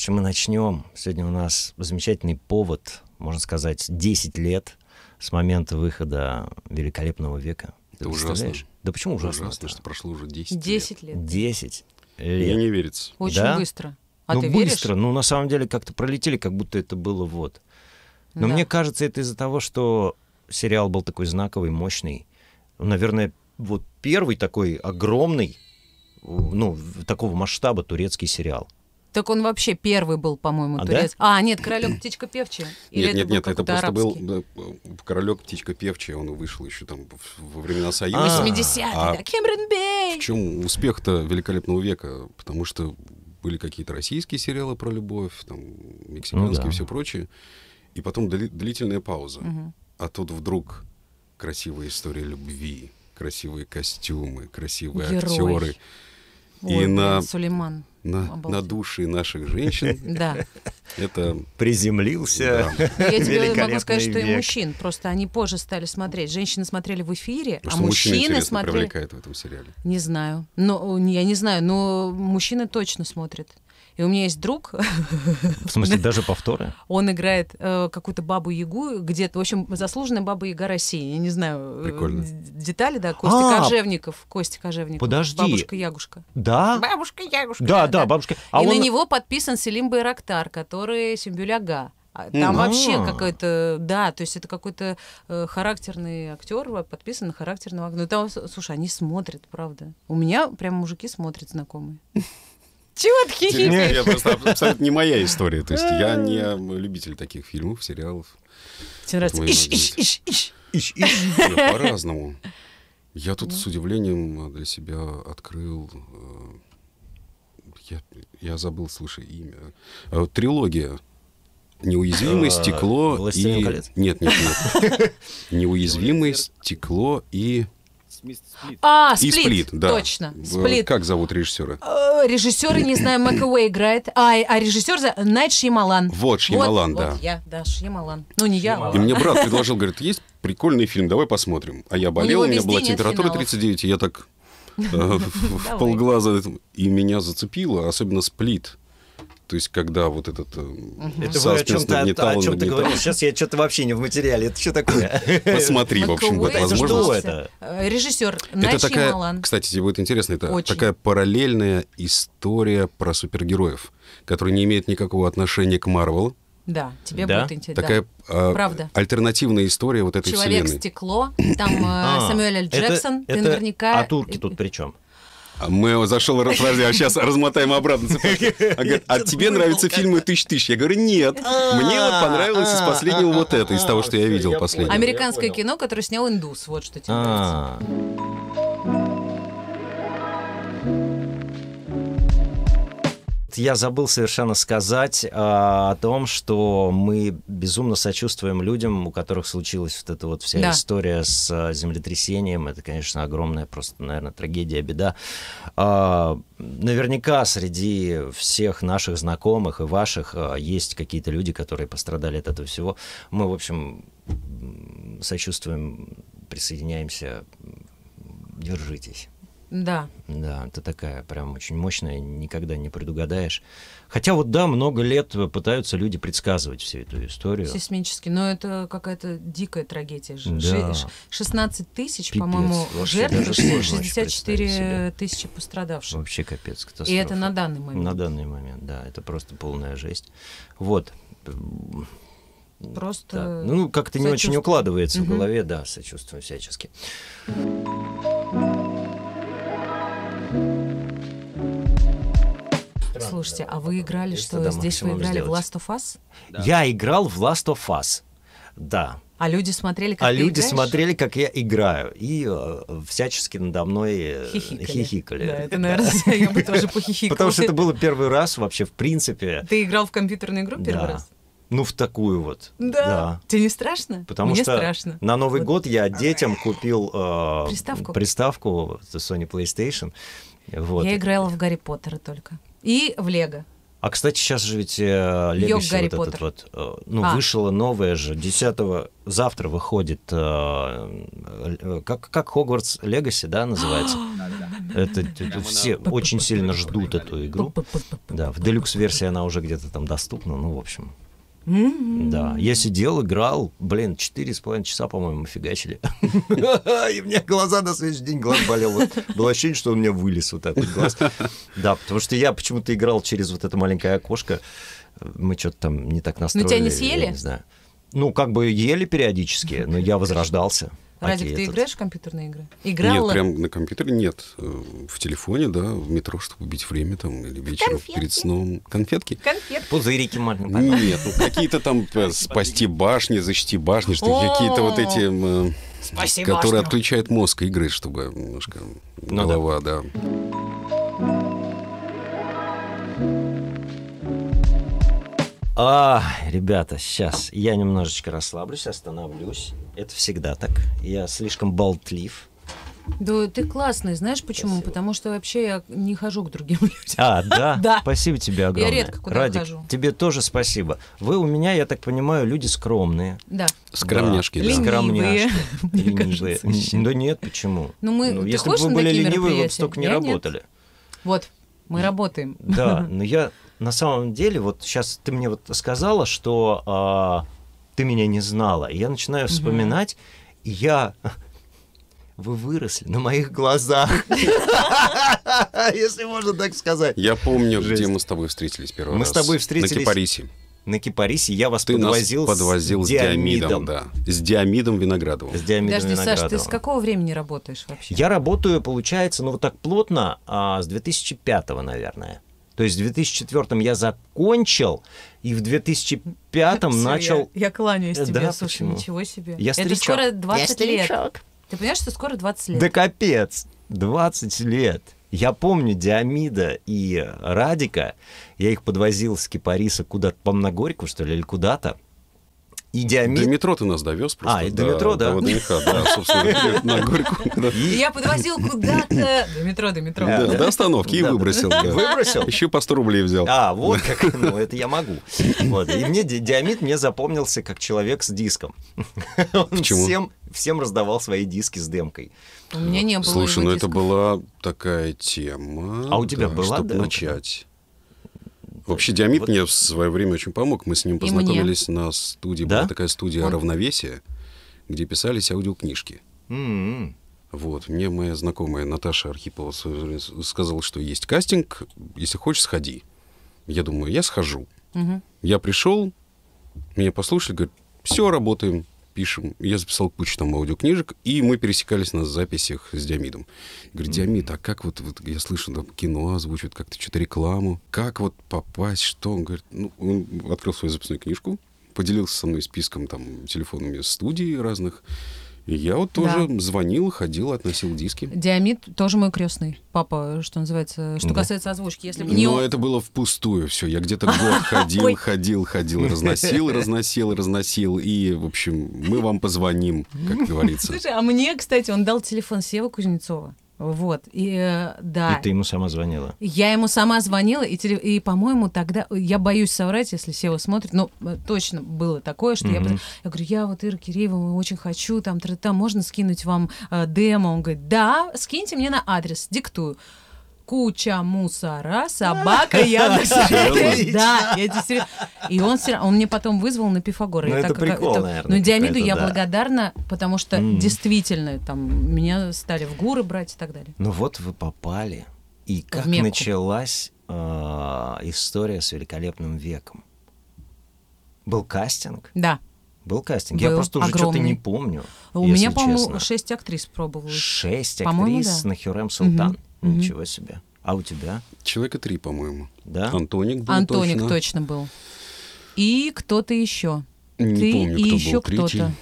чем мы начнем, сегодня у нас замечательный повод, можно сказать, 10 лет с момента выхода «Великолепного века». Это ужасно. Да почему ужасно? Ужасно, что прошло уже 10 лет. 10 лет. 10 Мне лет. не верится. Очень Да? быстро. А ну, ты веришь? быстро, ну, на самом деле, как-то пролетели, как будто это было вот. Но Да. мне кажется, это из-за того, что сериал был такой знаковый, мощный. Ну, Наверное, вот первый такой огромный, ну, в- такого масштаба турецкий сериал. Так он вообще первый был, по-моему, А, турец. А, нет, королек птичка певчая. Или нет, нет, был нет, это какой-то просто арабский? был э, королек птичка певчая, он вышел еще там в- во времена А. Союза. 80-е, А. да, Кэмерон В чем успех-то великолепного века? Потому что были какие-то российские сериалы про любовь, там мексиканские Ну да. все прочее. И потом дли- длительная пауза. А тут вдруг красивая история любви, красивые костюмы, красивые Герой. актеры. Бей. И Ой, на- блин, Сулейман. На, Обалдеть. на души наших женщин Да. Ну, это Приземлился. да. Я тебе могу Великолепный сказать, что и век. мужчин. Просто они позже стали смотреть. Женщины смотрели в эфире, а что мужчин мужчины интересно смотрели... привлекает в этом сериале. Не знаю. Но, э, я не знаю, но мужчины точно смотрят. И у меня есть друг, В смысле, даже повторы? он играет э, какую-то бабу-ягу где-то. В общем, заслуженная баба-яга России. Я не знаю э, Прикольно. д- детали, да. Костя А! Кожевников. Костя Кожевников. Подожди. Бабушка-ягушка. Да? Бабушка-ягушка. Да, да, бабушка. А и он... на него подписан Селим Байрактар, который Симбюляга. А Там Мгм. вообще А. какой-то, да, то есть это какой-то э, характерный актер, а, подписан на характерного актера. Ну там, с- слушай, они смотрят, правда. У меня прям мужики смотрят знакомые. Чего ты хихикаешь? Нет. Я просто аб- абсолютно не моя история. То есть я не любитель таких фильмов, сериалов. Тебе нравится? Твои Иш, иш, иш, иш. Ищ, ищ. Нет, По-разному. Я Ну. тут с удивлением э, для себя открыл... э, Я, я забыл, слушай, имя. Э, Трилогия. Неуязвимое А, стекло «Властелин и... колец». Нет, нет, нет. Неуязвимое стекло и... А, И сплит. сплит, да. Точно. Э, Сплит. Как зовут режиссера? Э, Режиссера, не знаю, Макэуэй играет, а, а режиссер за Найт Шьямалан. Вот, Шьямалан, Вот, да. вот я, да, Шьямалан. Ну, не я. И а- мне брат предложил, говорит, есть прикольный фильм, давай посмотрим. А я болел, него у меня везде была нет температура финалов. 39, и я так э, в в Давай. полглаза, это- и меня зацепило, особенно сплит. То есть, когда вот этот э, Это вы о саспенс чем-то, нагнетало, о чем ты нагнетало. говоришь? Сейчас я что-то вообще не в материале. Это что такое? Посмотри, в общем, Макэуэй. вот Это что возможно. это? Э, Режиссер Это Найт такая, Шьямалан. кстати, тебе будет интересно, это Очень. такая параллельная история про супергероев, которая не имеет никакого отношения к Марвел. Да, тебе Да? будет интересно. Такая э, Правда. альтернативная история вот этой вселенной. Человек-стекло, там э, А, Самюэль Л. это- Джексон, ты это- наверняка... А турки тут при чем? А Мы зашел раз, подожди, а сейчас размотаем обратно цепочку. А говорит, а Я тебе думал, нравятся как-то. фильмы тысяч-тысяч? Я говорю, нет. Мне вот понравилось из а, последнего а, вот это, из а, того, что я всё, видел я последнего. понял. Американское понял. кино, которое снял индус, вот что тебе нравится. А, Я забыл совершенно сказать а, о том, что мы безумно сочувствуем людям, у которых случилась вот эта вот вся Да. история с а, землетрясением. Это, конечно, огромная просто, наверное, трагедия, беда. А, наверняка среди всех наших знакомых и ваших а, есть какие-то люди, которые пострадали от этого всего. Мы, в общем, м, сочувствуем, присоединяемся. Держитесь. Да. Да, это такая прям очень мощная, никогда не предугадаешь. Хотя вот да, много лет пытаются люди предсказывать всю эту историю. Сейсмический, но это какая-то дикая трагедия. Ж- Да. же- 16 тысяч, Пипец, по-моему, вообще жертв, даже сложно очень представить 64 себе. тысячи пострадавших. Вообще капец, И катастрофа. это на данный На момент. данный момент, да, это просто полная жесть. Вот. М, Просто... да. Ну, как-то не очень сочувствую. укладывается в Мгм. голове, да, сочувствую всячески. Слушайте, а вы играли, Есть что тогда здесь вы максимум играли в сделать. Last of Us? Я играл в Last of Us. Да, А люди смотрели, как а ты люди играешь? смотрели, как я играю, и э, всячески надо мной э, Хихикали. хихикали. Да, это, наверное, я бы тоже похихикала. Потому что это было первый раз вообще, в принципе, Ты играл в компьютерную игру первый Да. раз? ну, в такую вот. Тебе не страшно? Потому Мне что страшно. на Новый Вот. год я детям купил э, Приставку? приставку Sony PlayStation. Вот. Я играла в Гарри Поттера только. И в Лего. А, кстати, сейчас же ведь э, Лего Гарри вот этот Поттер. вот... э, ну, А. вышла новая же. 10 завтра выходит... э, э, как, как Хогвартс Легаси, да, называется? Это, это все очень сильно ждут эту игру. Да, в делюкс-версии она уже где-то там доступна, ну, в общем. М-м. Да, я сидел, играл, блин, четыре с половиной часа, по-моему, фигачили. И у меня глаза на следующий день, глаз болел. Вот Было ощущение, что он у меня вылез вот этот глаз. Да, потому что я почему-то играл через вот это маленькое окошко. Мы что-то там не так настроили. тебя не я съели? не знаю. Ну, как бы ели периодически, но я возрождался. Радик, Окей, ты этот- играешь в компьютерные игры? Нет, Играла? прям на компьютере нет. Э, В телефоне, да, в метро, чтобы убить время там, или вечером перед сном. Конфетки? Конфет. Пузырики маленькие. Нет, ну какие-то там э, спасти башни, защити башни, что О, какие-то вот эти, м, спаси э, которые башню. отключают мозг игры, чтобы немножко да. голова, да. А, ребята, сейчас я немножечко расслаблюсь, остановлюсь. Это всегда так. Я слишком болтлив. Да, ты классный, знаешь почему? Спасибо. Потому что вообще я не хожу к другим людям. А, да? Да. Спасибо тебе огромное. редко куда Радик, хожу. тебе тоже спасибо. Вы у меня, я так понимаю, люди скромные. Да. Скромняшки, Да, да. Лени- Скромняшки. мне Ленивые. кажется, вообще. Да нет, почему? Ну, мы- ты если бы ходишь вы на были такие ленивые, вы бы мероприятия? столько не Я нет. работали. Вот, мы работаем. Да, но я на самом деле, вот сейчас ты мне вот сказала, что а, ты меня не знала. И я начинаю вспоминать, и я... Вы выросли на моих глазах. Если можно так сказать. Я помню, Жесть. где мы с тобой встретились первый Мы раз. с тобой встретились- На Кипарисе. На Кипарисе я вас Ты подвозил, нас подвозил с Диамидом, да. С Диамидом Виноградовым. С Диамидом Подожди, Саш, ты Виноградовым. с какого времени работаешь вообще? Я работаю, получается, ну вот так плотно а, с 2005, наверное. То есть в 2004 я закончил, и в 2005 Всё, начал... Я, я кланяюсь Э, тебе, да, слушай, почему? ничего себе. Я Это старичок. скоро 20 лет. Ты понимаешь, что скоро 20 лет? Да капец, 20 лет. Я помню Диамида и Радика. Я их подвозил с Кипариса куда-то, по Многорьку, что ли, или куда-то. И До Диамид... А, метро ты нас довез просто. и до метро, да. До ВДНХ, да, собственно, на горку. да. Я подвозил куда-то... До метро, до метро. Да. Да, До остановки и Да, да. выбросил. да. Выбросил? Еще по 100 рублей взял. А, вот как, ну это я могу. Вот. И мне Ди- Диамид мне запомнился как человек с диском. Он Почему? Всем, всем раздавал свои диски с демкой. У меня не было Слушай, его ну это дисков. была такая тема. А у тебя была Чтобы демка? начать. Вообще, Диамид Вот. мне в свое время очень помог. Мы с ним мне. познакомились на студии. Да? Была такая студия Он- «Равновесие», где писались аудиокнижки. М-м. Вот, мне моя знакомая Наташа Архипова в своё время с- сказала, что есть кастинг, если хочешь, сходи. Я думаю, я схожу. Мгм. Я пришел, меня послушали, говорят, все, работаем, пишем. Я записал кучу там аудиокнижек, и мы пересекались на записях с Диамидом. Говорит, Диамид, а как вот, вот я слышу, там кино озвучивают, как-то что-то рекламу, как вот попасть, что? Он говорит, ну, он открыл свою записную книжку, поделился со мной списком там телефонами студий разных, и я вот тоже звонил, ходил, относил диски. Диамид тоже мой крестный. Папа, что называется, что Да. Ну, касается озвучки. Если бы не Но он- это было впустую все. Я где-то год ходил, ходил, ходил, разносил, разносил, разносил. И, в общем, мы вам позвоним, как говорится. Слушай, а мне, кстати, он дал телефон Сева Кузнецова. Вот. И э, да. И ты ему сама звонила. Я ему сама звонила, и, теле- и по-моему, тогда... Я боюсь соврать, если Сева смотрит, но э, точно было такое, что я... Мгм. потом- Я говорю, я вот Ира Киреева очень хочу, там, там можно скинуть вам э, демо? Он говорит, да, скиньте мне на адрес, диктую. Куча мусора, собака, я Серьезно? Да, я тебе серьезно. И он, все равно- он мне потом вызвал на Пифагора. Ну, И это так как- прикол, это- наверное, Ну, Диамиду какой-то, я да. благодарна, потому что Мгм. действительно там меня стали в гуры брать и так далее. Ну вот вы попали. И как Мекку. началась а, история с великолепным веком? Был кастинг? Да. Был кастинг. Я Был просто уже что-то огромный. не помню. У если меня, по-моему, честно. шесть актрис пробовало. Шесть По-моему, актрис да. на Хюрем Султан. Мгм. Ничего себе. А у тебя? Человека три, по-моему. Да? Антоник был Антоник точно. точно. был. И кто-то еще. Не Ты помню, и кто был еще третий. кто-то.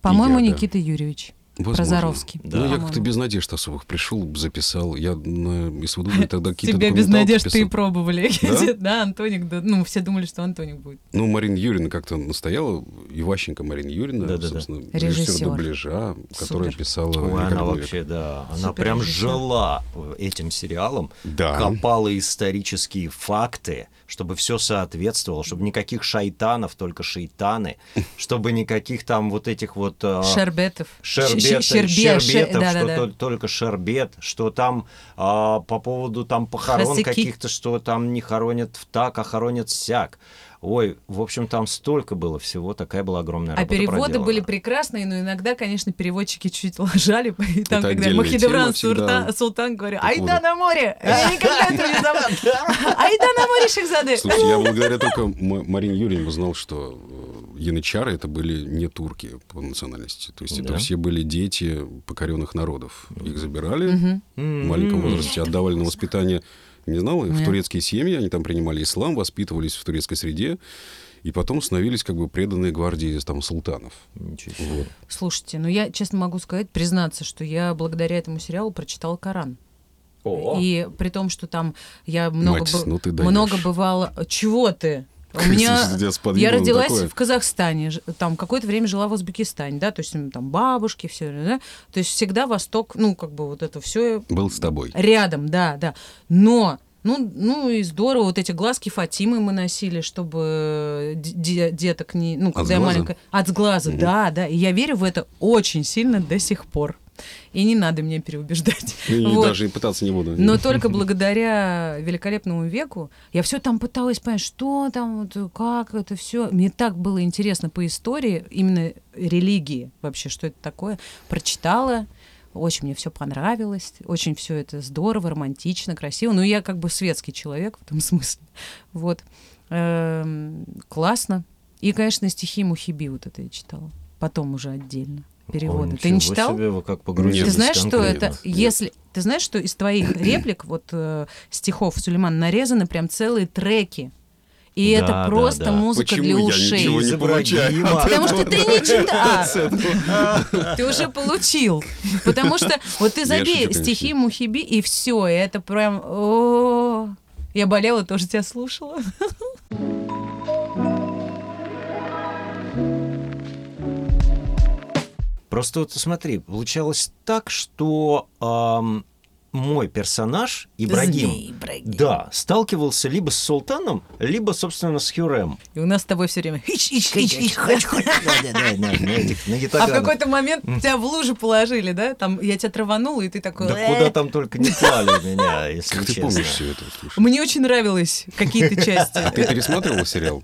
По-моему, И я, да. Никита Юрьевич. Возможно. Прозаровский. Да. Ну, я по-моему. как-то без надежд особых пришел, записал. Я ну, на СВД мне тогда какие-то Тебя без документалки надежд ты и писал. пробовали. Да? Да, Антоник, да. Ну, все думали, что Антоник будет. Ну, Марина Юрьевна как-то настояла, Иващенко Марина Юрьевна, Да-да-да. собственно, Режиссер. режиссер дубляжа, которая Супер. писала Ой, она «Великолепный век». вообще, да, она Супер прям режиссер. жила этим сериалом, Да. копала исторические факты, чтобы все соответствовало, чтобы никаких шайтанов, только шайтаны, чтобы никаких там вот этих вот... э, Шербетов. Шербетов, щербета, щербе- щербетов, ше- что да-да-да. тол- только шербет, что там а, по поводу там похорон Косяки. каких-то, что там не хоронят в так, а хоронят сяк. Ой, в общем, там столько было всего, такая была огромная А работа переводы проделана. были прекрасные, но иногда, конечно, переводчики чуть лажали. И там, когда отдельная тема Махидевран Сурта- всегда. Султан говорил, Такого айда рода. на море! Я никогда этого не забуду! Айда на море, Шахзаде! Слушайте, я благодаря только М- Марине Юрьевне узнал, что э, янычары это были не турки по национальности. То есть Да. это все были дети покоренных народов. Их забирали Мгм. в М-м. маленьком возрасте, отдавали на воспитание. Не знал, и в Нет. турецкие семьи, они там принимали ислам, воспитывались в турецкой среде, и потом становились как бы преданные гвардии там султанов. Ничего себе. Вот. Слушайте, ну я честно могу сказать, признаться, что я благодаря этому сериалу прочитала Коран. О, И при том, что там я много, Мать, бу- ну ты даешь. много бывало... Чего ты? У меня... Если тебя с Я подъемом родилась такое. в Казахстане, ж- там какое-то время жила в Узбекистане, да, то есть м, там бабушки, все, да, то есть всегда Восток, ну, как бы вот это все Был с тобой. Рядом, да, да. Но, ну, ну и здорово, вот эти глазки Фатимы мы носили, чтобы д- де- деток не... Ну, когда я сглаза? маленькая... От сглаза, да, да. И я верю в это очень сильно до сих пор. И не надо меня переубеждать. И Вот. даже и пытаться не буду. Но только благодаря великолепному веку я все там пыталась понять, что там, вот, как это все. Мне так было интересно по истории, именно религии вообще, что это такое. Прочитала, очень мне все понравилось, очень все это здорово, романтично, красиво. Ну, я как бы светский человек в этом смысле. Вот. Эм, классно. И, конечно, стихи Мухиби вот это я читала. Потом уже отдельно. Ой, Переводы. Ты ничего не читал? себе, вы как Нет, погрузились Ты знаешь, что конкретно. это, если... Ты знаешь, что из твоих реплик, вот э, стихов Сулеймана нарезаны прям целые треки. И Да, это да, просто да. музыка Почему для я ушей. ничего не Из получаю? Ибрагима. Потому что ты не читал. Ты уже получил. Потому что вот ты Я забей шучу, стихи конечно. Мухиби, и все. Это прям... о. Я болела, тоже тебя слушала. Просто вот смотри, получалось так, что ам, мой персонаж Ибрагим, Змей Ибрагим. да, сталкивался либо с султаном, либо, собственно, с Хюрем. И у нас с тобой все время... «Ич, ич, ич, ич». А в А какой-то момент тебя в лужу положили, да? Там я тебя траванула, и ты такой... Да «Э». куда там только не клали меня, если Как ты честно. помнишь все это? слушай? Мне очень нравились какие-то части. А ты пересматривал сериал?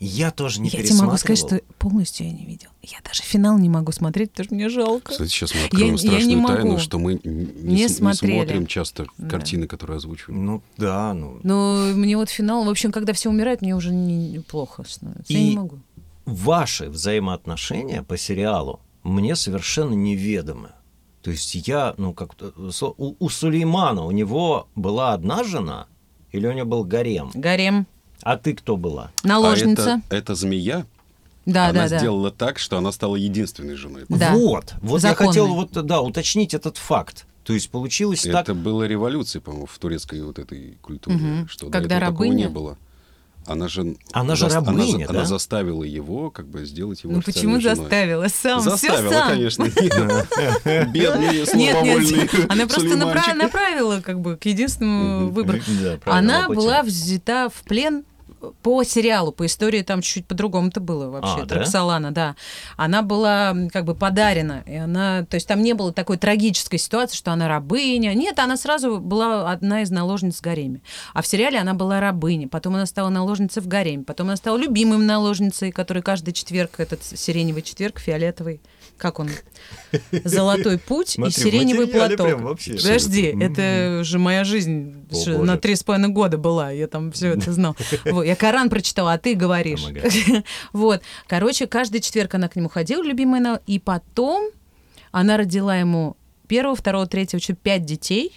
Я тоже не Я тебе могу сказать, пересматривал. что полностью я не видел. Я даже финал не могу смотреть, потому что мне жалко. Кстати, сейчас мы откроем я не страшную могу. тайну, что мы н- не, Не с- не смотрели. смотрим часто Да. картины, которые озвучиваем. Ну да, ну Но мне вот финал, в общем, когда все умирают, мне уже не- плохо становится. Я И- не могу. ваши взаимоотношения по сериалу мне совершенно неведомы. То есть я, ну как у, у Сулеймана у него была одна жена или у него был гарем? Гарем, А ты кто была? наложница. А это, это змея, Да, она А, да, да. сделала так, что она стала единственной женой. Да. Вот, вот Законный. я хотел вот да уточнить этот факт. То есть получилось так. Это была революция, по-моему, в турецкой вот этой культуре, Мгм. что Когда до этого такого рабыня. не было. Она же, Она же заст- она рабыня, за- да? она заставила его как бы сделать его Ну официальной почему женой. заставила? Сам, Заставила, все сам. конечно. Бедный, Нет, слабовольный нет, она просто напра- Сулейманчик. направила как бы к единственному Мгм. выбору. Да, правильно, Она Лопатин. была взята в плен по сериалу, по истории там чуть-чуть по-другому-то было вообще. А, да? Роксолана, да? Она была м, как бы подарена. И она, то есть там не было такой трагической ситуации, что она рабыня. Нет, она сразу была одна из наложниц в гареме. А в сериале она была рабыня, потом она стала наложницей в гареме, потом она стала любимым наложницей, который каждый четверг, этот сиреневый четверг, фиолетовый, как он, золотой путь и Смотри, в сиреневый материале платок. прям вообще. Подожди, Мгм. это же моя жизнь О, ш- боже. на три с половиной года была, я там все это знал. Вот, Я Коран прочитала, а ты говоришь. Помогает. Вот, короче, каждый четверг она к нему ходила, любимая, она, и потом она родила ему первого, второго, третьего, еще пять детей.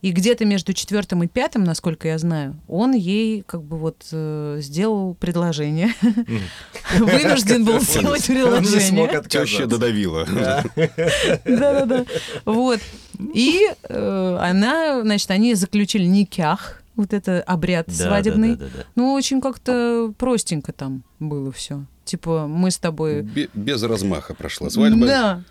И где-то между четвертым и пятым, насколько я знаю, он ей как бы вот э, сделал предложение. Вынужден был сделать Он не предложение. смог Теща отказаться. додавила. Да-да-да. Вот. И э, она, значит, они заключили никях, вот это обряд Да, свадебный. да, да, да, да. Ну, очень как-то простенько там было все. Типа, мы с тобой... Бе- Без размаха прошла свадьба. Да.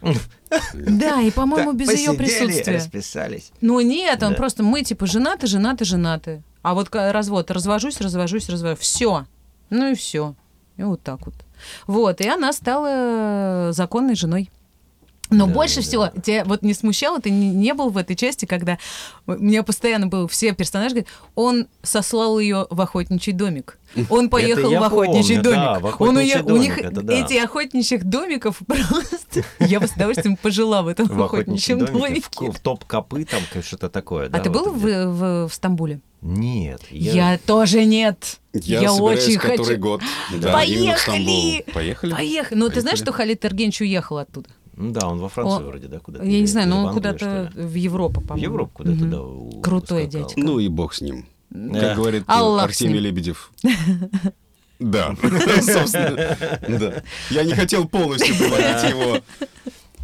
Да, и, по-моему, Так, без ее посидели, присутствия. расписались. Ну нет, он Да. просто мы типа женаты, женаты, женаты. А вот к- развод, развожусь, развожусь, развожусь. Все. Ну и все. И вот так вот. Вот, и она стала законной женой. Но Да, больше да, всего тебя вот не смущало, ты не, не был в этой части, когда у меня постоянно был все персонажи, говорят, он сослал ее в охотничий домик. Он поехал я в охотничий помню, домик. да, в он охотничий уе- у домик, них это да. эти охотничьих домиков просто... Я бы с удовольствием пожила в этом В охотничьем домике, в, домике. ко- в топ-копы, там как что-то такое. А да, ты вот был где- в в- в Стамбуле? Нет. Я тоже нет. Я собираюсь очень который хочу. год. Да, именно в Поехали! Стамбул. Поехали. Поехали. Но ты знаешь, Поехали. что Халид Эргенч уехал оттуда? Ну Да, он во Францию О, вроде, да, куда-то. Я не или- знаю, или но в он Англию, что куда-то ли? в Европу, В по-моему. Европу куда-то, Мгм. да. у- Крутой ускакал. дядька. Ну и бог с ним. Да. Как говорит э, Аллах с Арсений ним. Лебедев. Да, собственно, да. Я не хотел полностью говорить его. Ну.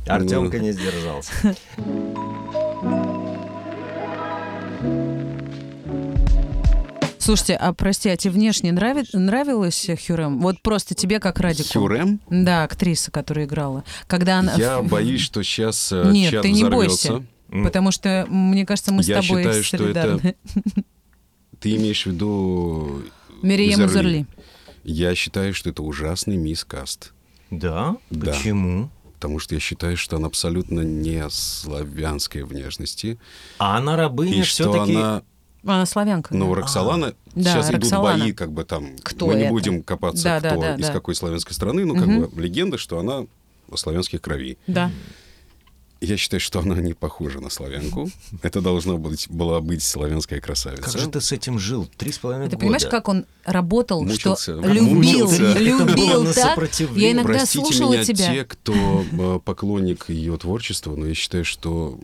Артемка не сдержался. Слушайте, а прости, а тебе внешне нрави- нравилась Хюрем? Вот просто тебе как радику. Хюрем? Да, актриса, которая играла. Когда она... Я боюсь, что сейчас чат э, Нет, ты не бойся. взорвется. Потому что, мне кажется, мы Я с тобой считаю, что это солидарны. Ты имеешь в виду... Мерием Узерли. Я считаю, что это ужасный мискаст. Да? Да. Почему? Потому что я считаю, что она абсолютно не славянской внешности. А она рабыня и что все-таки... она... Она А, славянка. Ну, да. Роксолана... Да, сейчас Роксолана. идут бои, как бы там... Кто мы не это? будем копаться, Да, да, кто да, из да. какой славянской страны. Ну, как Мгм. бы легенда, что она славянских кровей. Да. Я считаю, что она не похожа на славянку. Это должна быть, была быть славянская красавица. Как же ты с этим жил? Три с половиной Ты года. понимаешь, как он работал, Мучился. что Как любил, мучился. Это было на любил так. сопротивление. Я иногда Простите слушала меня тебя. те, кто э, поклонник ее творчества, но я считаю, что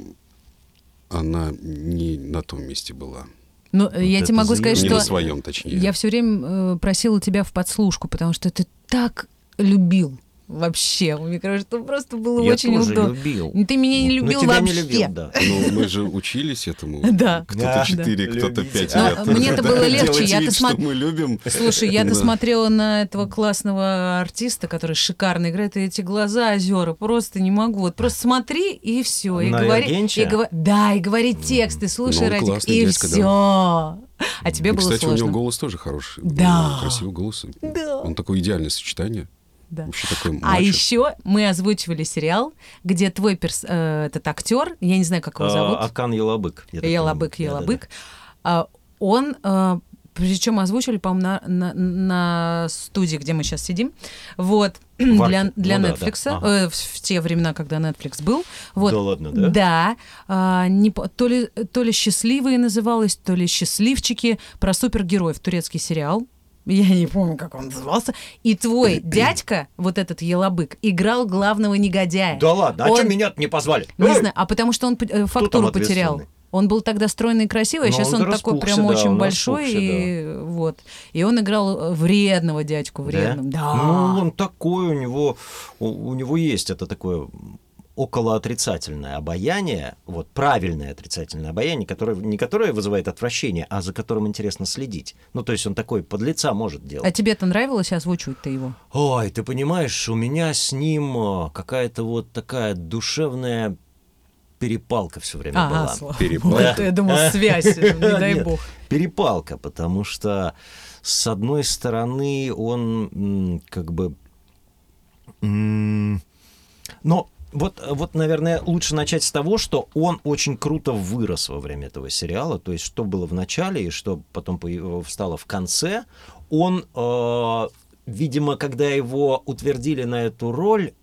она не на том месте была. Но э, я это тебе могу сказать, не заявление. что на своем, точнее. я все время э, просила тебя в подслушку, потому что ты так любил вообще. Мне кажется, что просто было Я очень тоже удобно. любил. Ты меня не любил ну, тебя вообще. не любил, да. Но Ну, мы же учились этому. Да. Кто-то Да. 4, Да. кто-то 5 Но лет. мне-то было Да, легче, делать я-то вид, смо- что мы любим. Слушай, я-то Да. смотрела на этого классного артиста, который шикарно играет, и эти глаза озера просто не могу. Вот просто смотри и все. И На говори, Эргенча? и говори- да, и говори тексты, слушай ну, он радик, классный и дядька, да. все. А тебе было Кстати, у сложно. него голос тоже хороший. Да. У него Красивый голос. Да. Он такое идеальное сочетание. Да. Вообще такой А мачо. еще мы озвучивали сериал, где твой перс- э, этот актер, я не знаю, как его зовут, А, Акан Елабык. я так Елабык, понимаю. Елабык, а, он, э, причем озвучили, по-моему, на, на- на студии, где мы сейчас сидим, вот, Варте. для, для Ну да, да. Netflix, Ага. э, в, в те времена, когда Netflix был. Вот, Да ладно, да? а, не, по- то, ли, то ли «Счастливые» называлось, то ли «Счастливчики», про супергероев, турецкий сериал. Я не помню, как он назывался. И твой дядька, вот этот елабык, играл главного да. негодяя. Да ладно, а Он- что меня-то не позвали? не Эй! знаю, а потому что он э, фактуру потерял. ответственный? Он был тогда стройный и красивый, а Ну, сейчас он он, такой распухся, прям да, очень он большой. распухся, и, э, вот. и он играл э, вредного дядьку вредным. Да. Ну, он такой, у него, у, у него есть это такое околоотрицательное обаяние, вот правильное отрицательное обаяние, которое, не которое вызывает отвращение, а за которым интересно следить. Ну, то есть он такой под лица может делать. А тебе-то нравилось озвучивать-то его? Ой, ты понимаешь, у меня с ним э, какая-то вот такая душевная перепалка все время была. слава перепал. богу, я думал, связь, не дай Нет, бог. Перепалка, потому что с одной стороны он м, как бы, м, но вот, вот, наверное, лучше начать с того, что он очень круто вырос во время этого сериала. То есть, что было в начале и что потом появ- встало в конце, он, э, видимо, когда его утвердили на эту роль,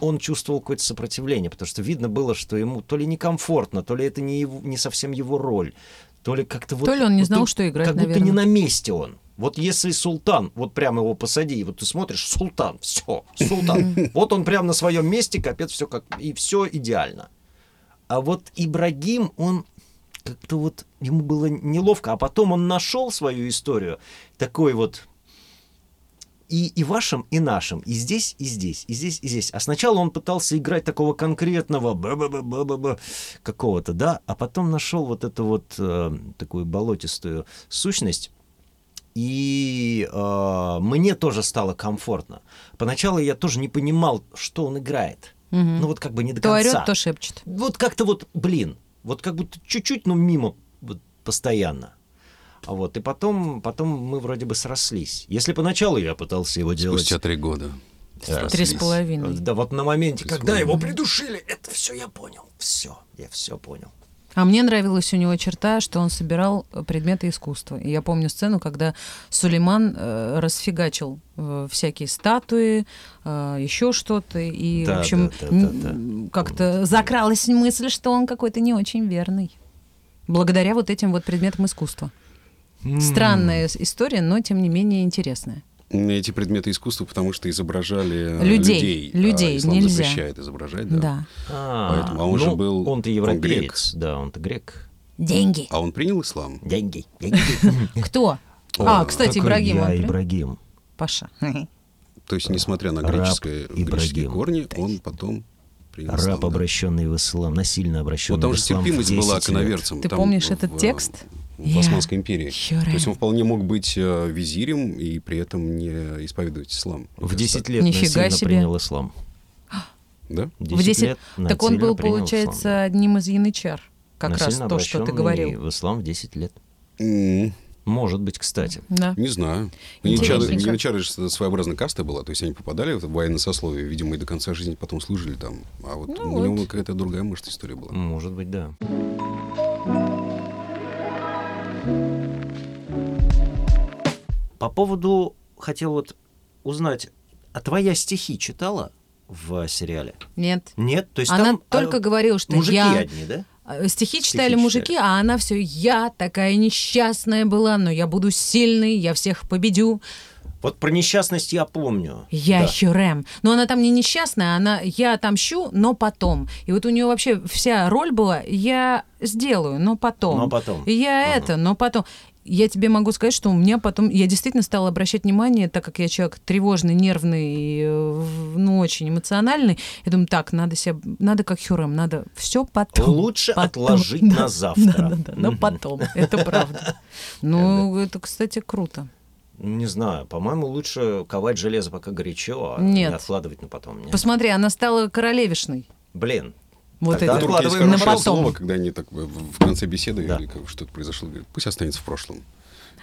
он чувствовал какое-то сопротивление, потому что видно было, что ему то ли некомфортно, то ли это не, его- не совсем его роль, то ли как-то вот... То ли он не вот знал, он- что играть, Как будто не наверное. на месте он. Вот если Султан, вот прямо его посади, и вот ты смотришь, Султан, все, Султан. Вот он прямо на своем месте, капец, все как... И все идеально. А вот Ибрагим, он как-то вот... Ему было неловко, а потом он нашел свою историю, такой вот и, и вашим, и нашим. И здесь, и здесь, и здесь, и здесь. А сначала он пытался играть такого конкретного ба-ба-ба-ба-ба-ба какого-то, да, а потом нашел вот эту вот э, такую болотистую сущность. И э, мне тоже стало комфортно. Поначалу я тоже не понимал, что он играет. Мгм. Ну вот как бы не до То конца. орет, то шепчет. Вот как-то вот, блин, вот как будто чуть-чуть, но мимо вот, постоянно. А вот, и потом, потом мы вроде бы срослись. Если поначалу я пытался его делать... Спустя три года. Три с половиной. Да вот на моменте, Три с когда его половиной. придушили, это все я понял. Все, я все понял. А мне нравилась у него черта, что он собирал э, предметы искусства. И я помню сцену, когда Сулейман э, расфигачил э, всякие статуи, э, еще что-то. И, Да, в общем, да, да, да, да. м, как-то закралась мысль, что он какой-то не очень верный. Благодаря вот этим вот предметам искусства. Странная с- история, но тем не менее интересная. Эти предметы искусства, потому что изображали э, людей. Людей. а Людей ислам нельзя. запрещает изображать, да. Да. А, Поэтому, а он же ну, был- Он-то он европеец, да, он-то грек. Деньги. А он принял ислам? Деньги, деньги. Кто? О, а, кстати, Какой Ибрагим. я он при- Ибрагим. Паша. Ну, То есть, несмотря на Раб греческое, греческие Ибрагим. корни, он потом принял ислам. Раб, да. обращенный в ислам, насильно обращенный Вот там в же ислам. в терпимость 10 была лет. коноверцем. Ты Там помнишь в- этот в- текст? В Османской империи. Хюррем. То есть он вполне мог быть э, визирем и при этом не исповедовать ислам. В Просто 10 лет Нифига насильно себе. принял ислам. Да? В 10 лет Так он насильно был, принял ислам. получается, одним из янычар. Как раз Насильно то, что ты обращенный говорил. в ислам в 10 лет. М, Может быть, кстати. Да. Не знаю. Интересненько. Янычары янычары же своеобразная каста была, то есть они попадали в военное сословие, видимо, и до конца жизни потом служили там. А вот Ну у него вот. какая-то другая, может, история была. Может быть, да. По поводу хотел вот узнать, а твоя стихи читала в сериале? Нет. Нет, то есть Она там, а, только говорила, что мужики я... одни, да? Э, Стихи читали читали. мужики, а она все, я такая несчастная была, но я буду сильной, я всех победю, Вот про несчастность я помню. я Да. Хюррем. Но она там не несчастная, она я отомщу, но потом. И вот у нее вообще вся роль была, я сделаю, но потом. Но потом. Я Ага. это, но потом. Я тебе могу сказать, что у меня потом... Я действительно стала обращать внимание, так как я человек тревожный, нервный, и, э, в- ну, очень эмоциональный. Я думаю, так, надо себя... Надо как Хюррем, надо все потом. Лучше потом». отложить Да, на завтра. Да, да, да, но Мгм. потом. Это правда. Ну, это, кстати, круто. Не знаю, по-моему, лучше ковать железо пока горячо, а Нет. не откладывать на потом. Нет. Посмотри, она стала королевишной. Блин. Вот Тогда Да, это. Вдруг есть откладываем на хорошее потом. слово, когда они так в в конце беседы, Да. или как- что-то произошло, говорят, пусть останется в прошлом.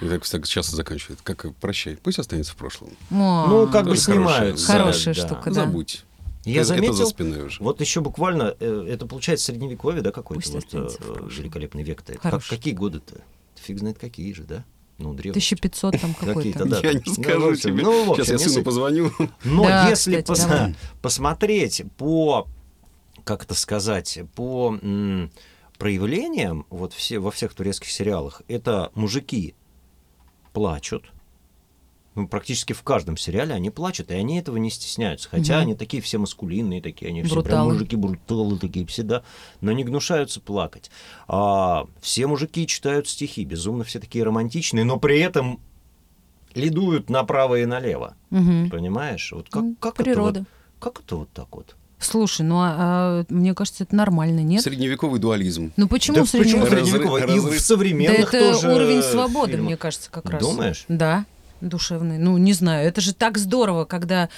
И так, так часто заканчивают. Как э, прощай, пусть останется в прошлом. О, Ну, как бы тоже хорошая, снимают. да, А, Хорошая да. штука. Да. А, Забудь. Я это, это заметил, за спиной уже. вот еще буквально, э, это получается средневековье, да, какой-то Пусть вот э, останется в прошлом. великолепный век-то. Это Как, Хороший. какие годы-то? Фиг знает какие же, да? Ну, древние. 1500 там Какие-то, какой-то. да. Я не Ну, в скажу общем, тебе. ну, в общем, Сейчас я не сыну суть. позвоню. Но Да, если кстати, пос- давай. посмотреть по, как это сказать, по м, проявлениям вот все, во всех турецких сериалах, это мужики плачут. Ну, практически в каждом сериале они плачут, и они этого не стесняются. Хотя Мгм. они такие все маскулинные, такие они все прям Бруталы. мужики бруталы такие все, да, но не гнушаются плакать. А все мужики читают стихи, безумно все такие романтичные, но при этом лидуют направо и налево. Мгм. Понимаешь? Вот как, Ну, как Это природа. вот, как это вот так вот? Слушай, ну а, а, мне кажется, это нормально, нет? Средневековый дуализм. Ну почему Да в среднем- причем Разры- средневековое? И разры- в Да современных это тоже уровень свободы, фильмах. мне кажется, как раз. Думаешь? Да, душевный. Ну, не знаю, это же так здорово, когда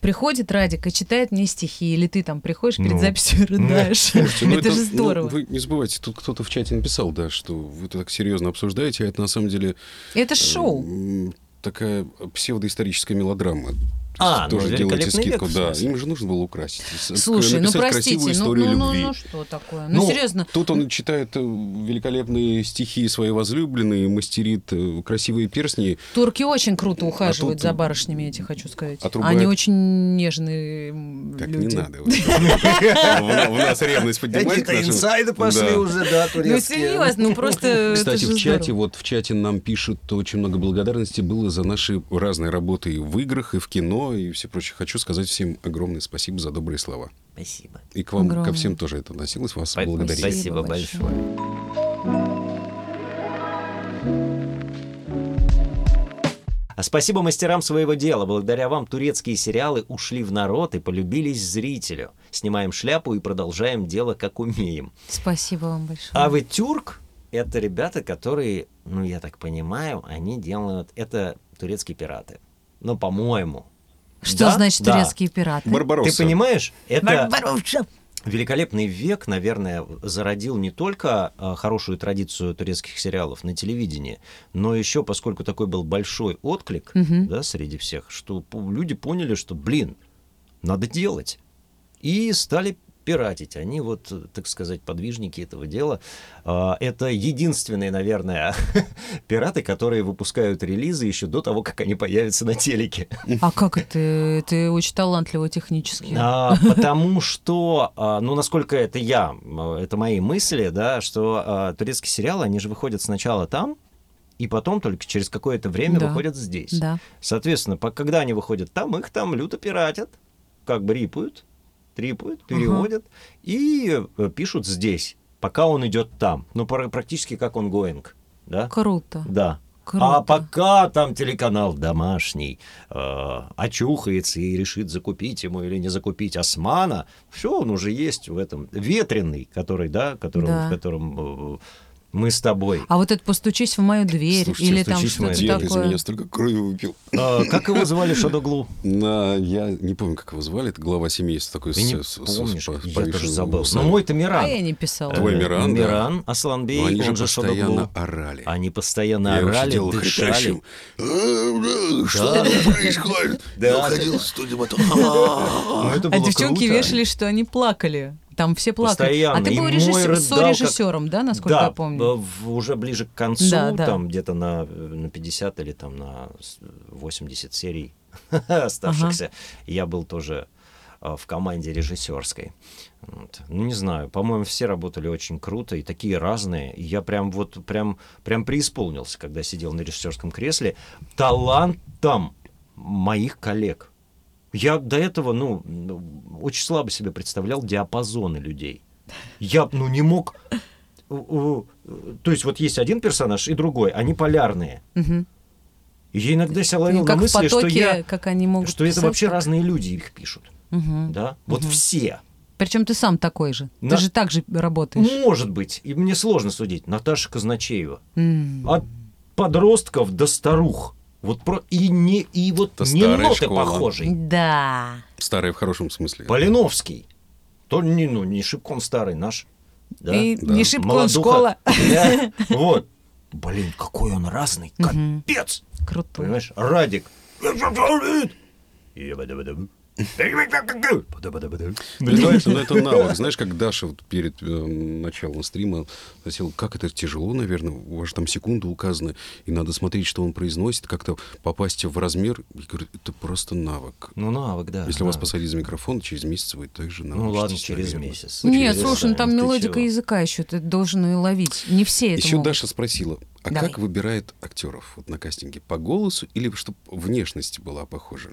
приходит Радик и читает мне стихи, или ты там приходишь перед Ну. записью и рыдаешь. Слушайте, ну Это же ну, здорово. вы не забывайте, тут кто-то в чате написал, да, что вы так серьезно обсуждаете, а это на самом деле Это шоу. М, Такая псевдоисторическая мелодрама. То А, есть ну, тоже делаете «Великолепный скидку, век», в да. смысле. Им же нужно было украсить. э, С- Слушай, ну написать простите, красивую ну, историю ну, ну, любви. ну что такое? Ну, серьезно. Тут он читает э, великолепные стихи своей возлюбленной, мастерит э, красивые перстни. Турки очень А круто ухаживают тут за барышнями, я тебе хочу сказать. отрубают. Они очень нежные м, Так люди. не надо. вот. В- В нас ревность поднимает. к Какие-то нашим- инсайды пошли Да. уже, да, Ну турецкие. серьезно, ну просто. это Кстати, же в чате, здорово. вот в чате нам пишут очень много благодарности было за наши разные работы и в играх, и в кино, и все прочее. Хочу сказать всем огромное спасибо за добрые слова. Спасибо. И к вам, Огромное. ко всем тоже это относилось. Вас Спа- благодарю. Спасибо Спасибо большое. А Спасибо мастерам своего дела. Благодаря вам турецкие сериалы ушли в народ и полюбились зрителю. Снимаем шляпу и продолжаем дело, как умеем. Спасибо вам большое. А вы тюрк? Это ребята, которые, ну я так понимаю, они делают это турецкие пираты. Ну, по-моему. Что Да? значит Да. турецкие пираты? Барбаросса. Ты понимаешь, это Барбаросса. великолепный век, наверное, зародил не только э, хорошую традицию турецких сериалов на телевидении, но еще, поскольку такой был большой отклик Мгм. да, среди всех, что пу- люди поняли, что, блин, надо делать. И стали пиратить. Они вот, так сказать, подвижники этого дела. А, Это единственные, наверное, пираты, которые выпускают релизы еще до того, как они появятся на телеке. А как это? Ты очень талантливо технически. А, потому что, а, ну, насколько это я, это мои мысли, да, что а, турецкие сериалы, они же выходят сначала там, и потом только через какое-то время Да. выходят здесь. Да. Соответственно, по- когда они выходят там, их там люто пиратят, как бы рипают, трипают, переводят и э, пишут здесь, пока он идет там. Ну, пра- практически как он гоинг, да? Круто. Да. Круто. А пока там телеканал домашний э, очухается и решит закупить ему или не закупить Османа, все, он уже есть в этом ветреный, который, да, которым, Да. в котором э, мы с тобой. А вот это постучись в мою дверь Слушайте, или там «Постучись в мою дверь» что-то Дед из такое. меня столько крови выпил. Э, как его звали Шадоглу? На, я не помню, как его звали. Это глава семейства такой. Ты не с- с- с- с помнишь, по- я тоже повешенным забыл. Но волосами. мой-то А Миран. я не писала. Твой Э, Миран, да. Миран, Но Асланбей, они же он же постоянно Шадоглу. орали. Они постоянно Я его орали, сидел их дышали. ритащим. «А, бля, Что тут происходит? Да. Я ходил в студию потом. «А-а-а». Ну, это А было девчонки круто. вешали, что они плакали. Там все плакали. Постоянно. А ты И был мой режисс- рыдал, сорежиссером, да, насколько да, я помню? э, в- уже ближе к концу, Да, да. там где-то на, э, на 50 или там на с- 80 серий оставшихся, я был тоже э, в команде режиссерской. Вот. Ну, не знаю, по-моему, все работали очень круто и такие разные. И я прям вот прям, прям преисполнился, когда сидел на режиссерском кресле, талантом моих коллег. Я до этого, ну, ну, очень слабо себе представлял диапазоны людей. Я, ну, не мог... у- у- То есть вот есть один персонаж и другой, они полярные. Мгм. И я иногда себя ловил Ну, на как в мысли, что, потоке, я, как они могут что это писать вообще так. разные люди их пишут. Мгм. Да? Вот все. Причем ты сам такой же. Да. Ты же так же работаешь. Может быть, и мне сложно судить, Наташа Казначеева. М. От подростков до старух. Вот про и не и вот Это не старая ноты школа. похожей. Да. Старое в хорошем смысле. Полиновский. То не, ну, не шибко он старый наш. Да? И да. не шибко он Молодуха. школа. Да. Вот. Блин, какой он разный. Капец. Круто. Понимаешь? Радик. Понимаешь? Ну, это навык. Знаешь, как Даша вот перед э, началом стрима спросила, как это тяжело, наверное, у вас же там секунды указаны, и надо смотреть, что он произносит, как-то попасть в размер. Я говорю, это просто навык. Ну, навык, да. Если вас навык. посадить за микрофон, через месяц вы также научитесь. Ну, ладно, через наверное. месяц. Нет, Через слушай, ну месяц, там ты мелодика чего? языка еще, ты должен ее ловить. Не все это Еще могут. Даша спросила, а Давай. как выбирает актеров вот на кастинге? По голосу или чтобы внешность была похожа?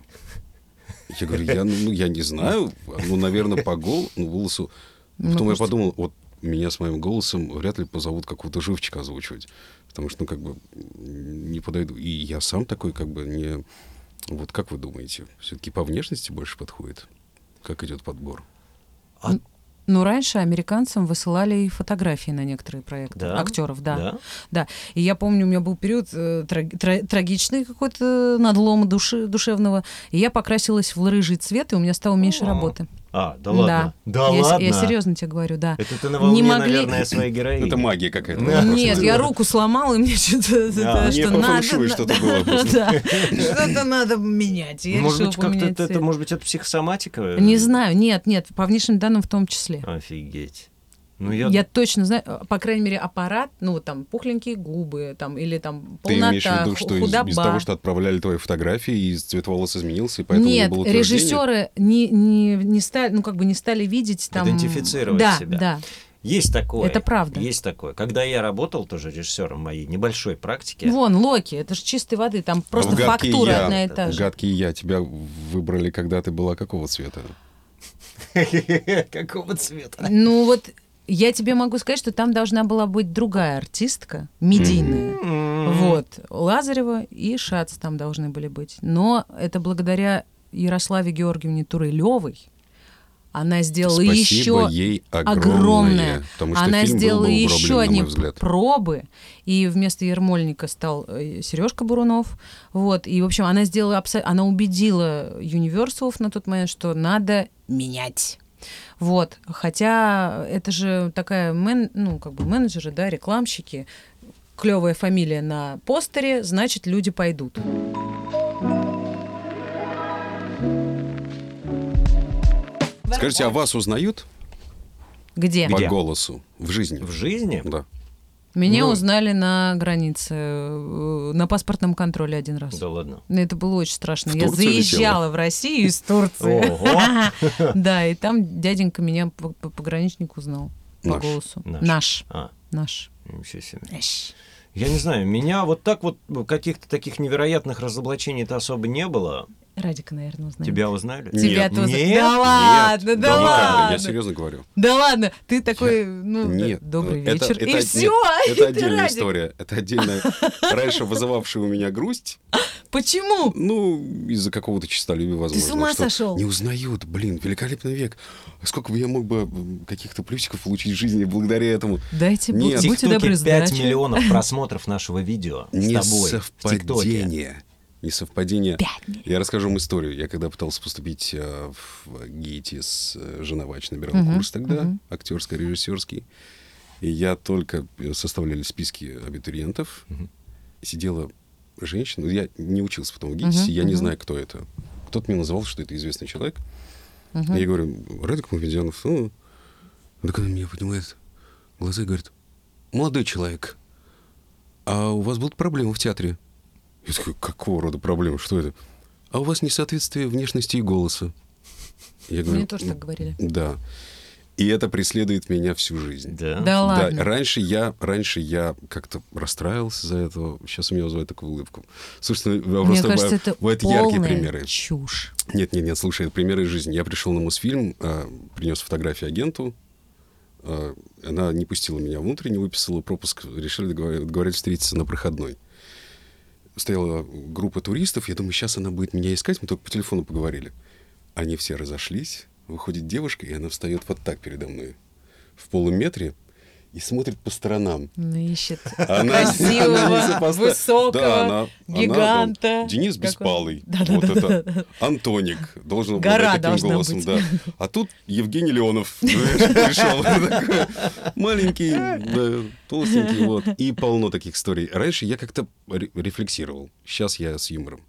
Я говорю, я, ну, я не знаю, ну, наверное, по гол- ну, голосу. Ну, Потом я кажется. подумал, вот меня с моим голосом вряд ли позовут какого-то живчика озвучивать, потому что, ну, как бы, м, не подойду. И я сам такой, как бы, не... Вот как вы думаете, все-таки по внешности больше подходит? Как идет подбор? А, Ну, раньше американцам высылали и фотографии на некоторые проекты Да? актеров, да. да? Да, и я помню, у меня был период э, траг- тра- трагичный какой-то надлома души, душевного, и я покрасилась в рыжий цвет, и у меня стало меньше О, работы. А, да ладно. Да, я, с- ладно. Я серьезно тебе говорю, да. Это ты на Не волне, могли- наверное, своей героини. Это магия какая-то. Да. Просто Нет, я дело. руку сломала, и мне что-то Да, это- мне что по надо. фэншую что-то да, было просто. да, Что-то надо менять. Я Может решила быть, как-то поменять это, это- цвет. может быть, это психосоматика? Не знаю, нет, нет, по внешним данным в том числе. Офигеть. Ну, Я... я... точно знаю, э, по крайней мере, аппарат, ну, вот там, пухленькие губы, там, или там Ты полнота, имеешь в виду, ху- что из, худоба. из того, что отправляли твои фотографии, и цвет волос изменился, и поэтому не Нет, было утверждения? режиссеры не, не, не стали, ну, как бы не стали видеть там... Идентифицировать да, себя. Да, Есть такое. Это правда. Есть такое. Когда я работал тоже режиссером моей небольшой практики, Вон, Локи, это же чистой воды, там просто в «Гадкий фактура я», одна и та же. Гадкий я. Тебя выбрали, когда ты была какого цвета? какого цвета? Ну, вот я тебе могу сказать, что там должна была быть другая артистка, медийная. Вот, Лазарева и Шац там должны были быть. Но это благодаря Ярославе Георгиевне Турылевой. Она сделала Спасибо еще ей огромное. Потому что Она фильм был сделала бы угроблен, на еще мой одни взгляд. пробы, и вместо Ермольника стал Сережка Бурунов. Вот, и, в общем, она сделала абсо- она убедила Юниверсалов на тот момент, что надо менять. Вот, хотя это же такая, мен- ну, как бы менеджеры, да, рекламщики, клевая фамилия на постере, значит, люди пойдут. Скажите, а вас узнают Где? по Где? голосу в жизни? В жизни? Да. Меня Ну. узнали на границе, э, на паспортном контроле один раз. Да ладно. Ну, Это было очень страшно. В Я Турцию заезжала в Россию из Турции. Ого. Да, и там дяденька меня по- по- пограничник узнал по Наш. голосу. Наш. Наш. А, Наш. ничего себе. Наш. Я не знаю, меня вот так вот ну, каких-то таких невероятных разоблачений-то особо не было. Радика, наверное, узнает. Тебя узнали? Нет. Тебя тоже- Нет, Да нет, да ладно, да ну как ладно. вы, я серьезно говорю. Да ладно, ты такой, ну, Нет. д- добрый это- вечер. это- и нет, все. Это отдельная история. Это отдельная, раньше вызывавшая у меня грусть, Почему? ну, из-за какого-то честолюбия, возможно. с ума что сошел? Не узнают, блин, великолепный век. Сколько бы я мог бы м, каких-то плюсиков получить в жизни благодаря этому? Дайте, бу- Нет. В будьте добры, ТикТоке 5 сдачи. миллионов просмотров нашего видео с Не тобой в ТикТоке. совпадение. Не совпадение. Пять миллионов. Я расскажу вам историю. Я когда пытался поступить э, в ГИТИС, э, Женовач набирал Мгм, курс тогда, мгм. актерский, режиссерский. И я только э, составляли списки абитуриентов. Сидела женщина. ну, Я не учился потом в ГИТИСе, Мгм, я не мгм. знаю, кто это. Кто-то мне называл, что это известный человек. Мгм. Я ей говорю, Радик Мухамедянов. Ну, так она меня поднимает глаза и говорит, молодой человек, а у вас будут проблемы в театре? Я такой, какого рода проблемы? Что это? А у вас несоответствие внешности и голоса. Я Мне тоже так «Ну, говорили. Да. И это преследует меня всю жизнь. Да. Да ладно. раньше я, раньше я как-то расстраивался за это. Сейчас у меня вызывает такую улыбку. Слушай, ну, Мне просто кажется, бывают- это бывают яркие полная примеры. чушь. Нет, нет, нет, слушай, это примеры из жизни. Я пришел на Мосфильм, а, принес фотографии агенту. а, она не пустила меня внутрь, не выписала пропуск. Решили договор- договорились встретиться на проходной. Стояла группа туристов. Я думаю, сейчас она будет меня искать. Мы только по телефону поговорили. Они все разошлись. Выходит девушка, и она встает вот так передо мной. В полуметре и смотрит по сторонам. Ну, ищет Она- красивого, она не сопоста- высокого, Да, она- она гиганта. там, Денис Как он- Беспалый. Да-да-да, Вот это. да-да. Антоник должен Гора обладать таким должна голосом, быть. да. А тут Евгений Леонов знаешь, пришел. Такой Маленький, да, толстенький, вот. И полно таких историй. Раньше я как-то ре- рефлексировал. Сейчас я с юмором.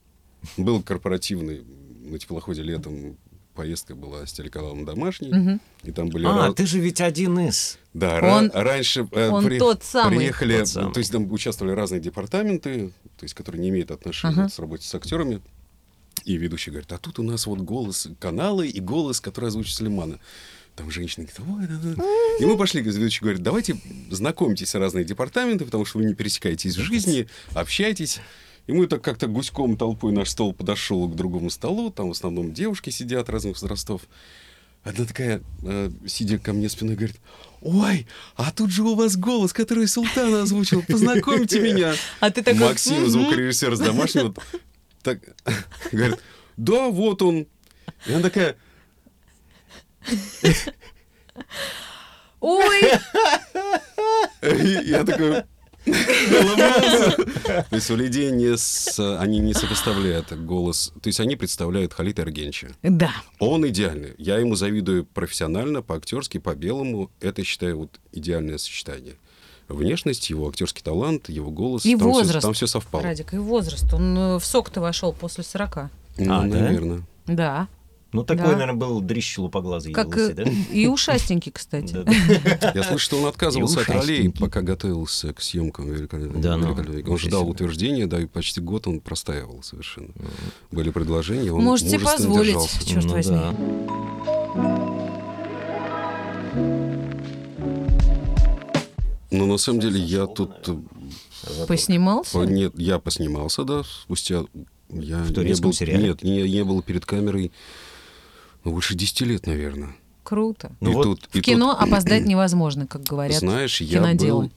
Был корпоративный на теплоходе летом поездка была с телеканалом «Домашний», и там были... А, раз- ты же ведь один из. да, ра- Он- раньше э, он тот самый. приехали, Тот самый. то есть там участвовали разные департаменты, то есть которые не имеют отношения Ага. вот с работой с актерами. И ведущий говорит, а тут у нас вот голос канала и голос, который озвучит Сулеймана. Там женщина говорит, «Ой, да, да». И мы пошли, говорит, ведущий говорит, давайте знакомьтесь разные департаменты, потому что вы не пересекаетесь в жизни, общайтесь. И мы так как-то гуськом толпой наш стол подошел к другому столу, там в основном девушки сидят разных возрастов. Одна такая, э, сидя ко мне спиной, говорит, ой, а тут же у вас голос, который Султан озвучил, познакомьте меня. А ты такой... Максим, «Мгм». звукорежиссер с домашнего, так, говорит, да, вот он. И она такая, Ой, И я такой улыбался. То есть у людей не с- они не сопоставляют голос. То есть они представляют Халита Эргенча. да. Он идеальный. Я ему завидую профессионально, по-актерски, по-белому. Это, считаю, вот идеальное сочетание. Внешность, его актерский талант, его голос. И там всё- возраст. там все совпало. Радик, и возраст. Он э, в сок-то вошел после 40. Ну, А, да? наверное. Да. Ну, такой, Да. наверное, был дрищ лупоглазый Как Елисей, и, да? и ушастенький, кстати. Да-да. Я слышу, что он отказывался от ролей, ушастенький. пока готовился к съемкам великолепного Да ну, «Великолепного». Он ничего ждал себе. утверждения, да, и почти год он простаивал совершенно. Были предложения, он Можете мужественно позволить, держался. черт Ну возьми. да. Но на самом деле я тут... э, Поснимался? по- Нет, я поснимался, да, спустя... Я В не турецком был, сериале? Нет, я не был перед камерой ну, больше 10 лет, наверное. Круто. Ну и вот тут, и В кино опоздать невозможно, как тут, говорят. знаешь, я киноделы.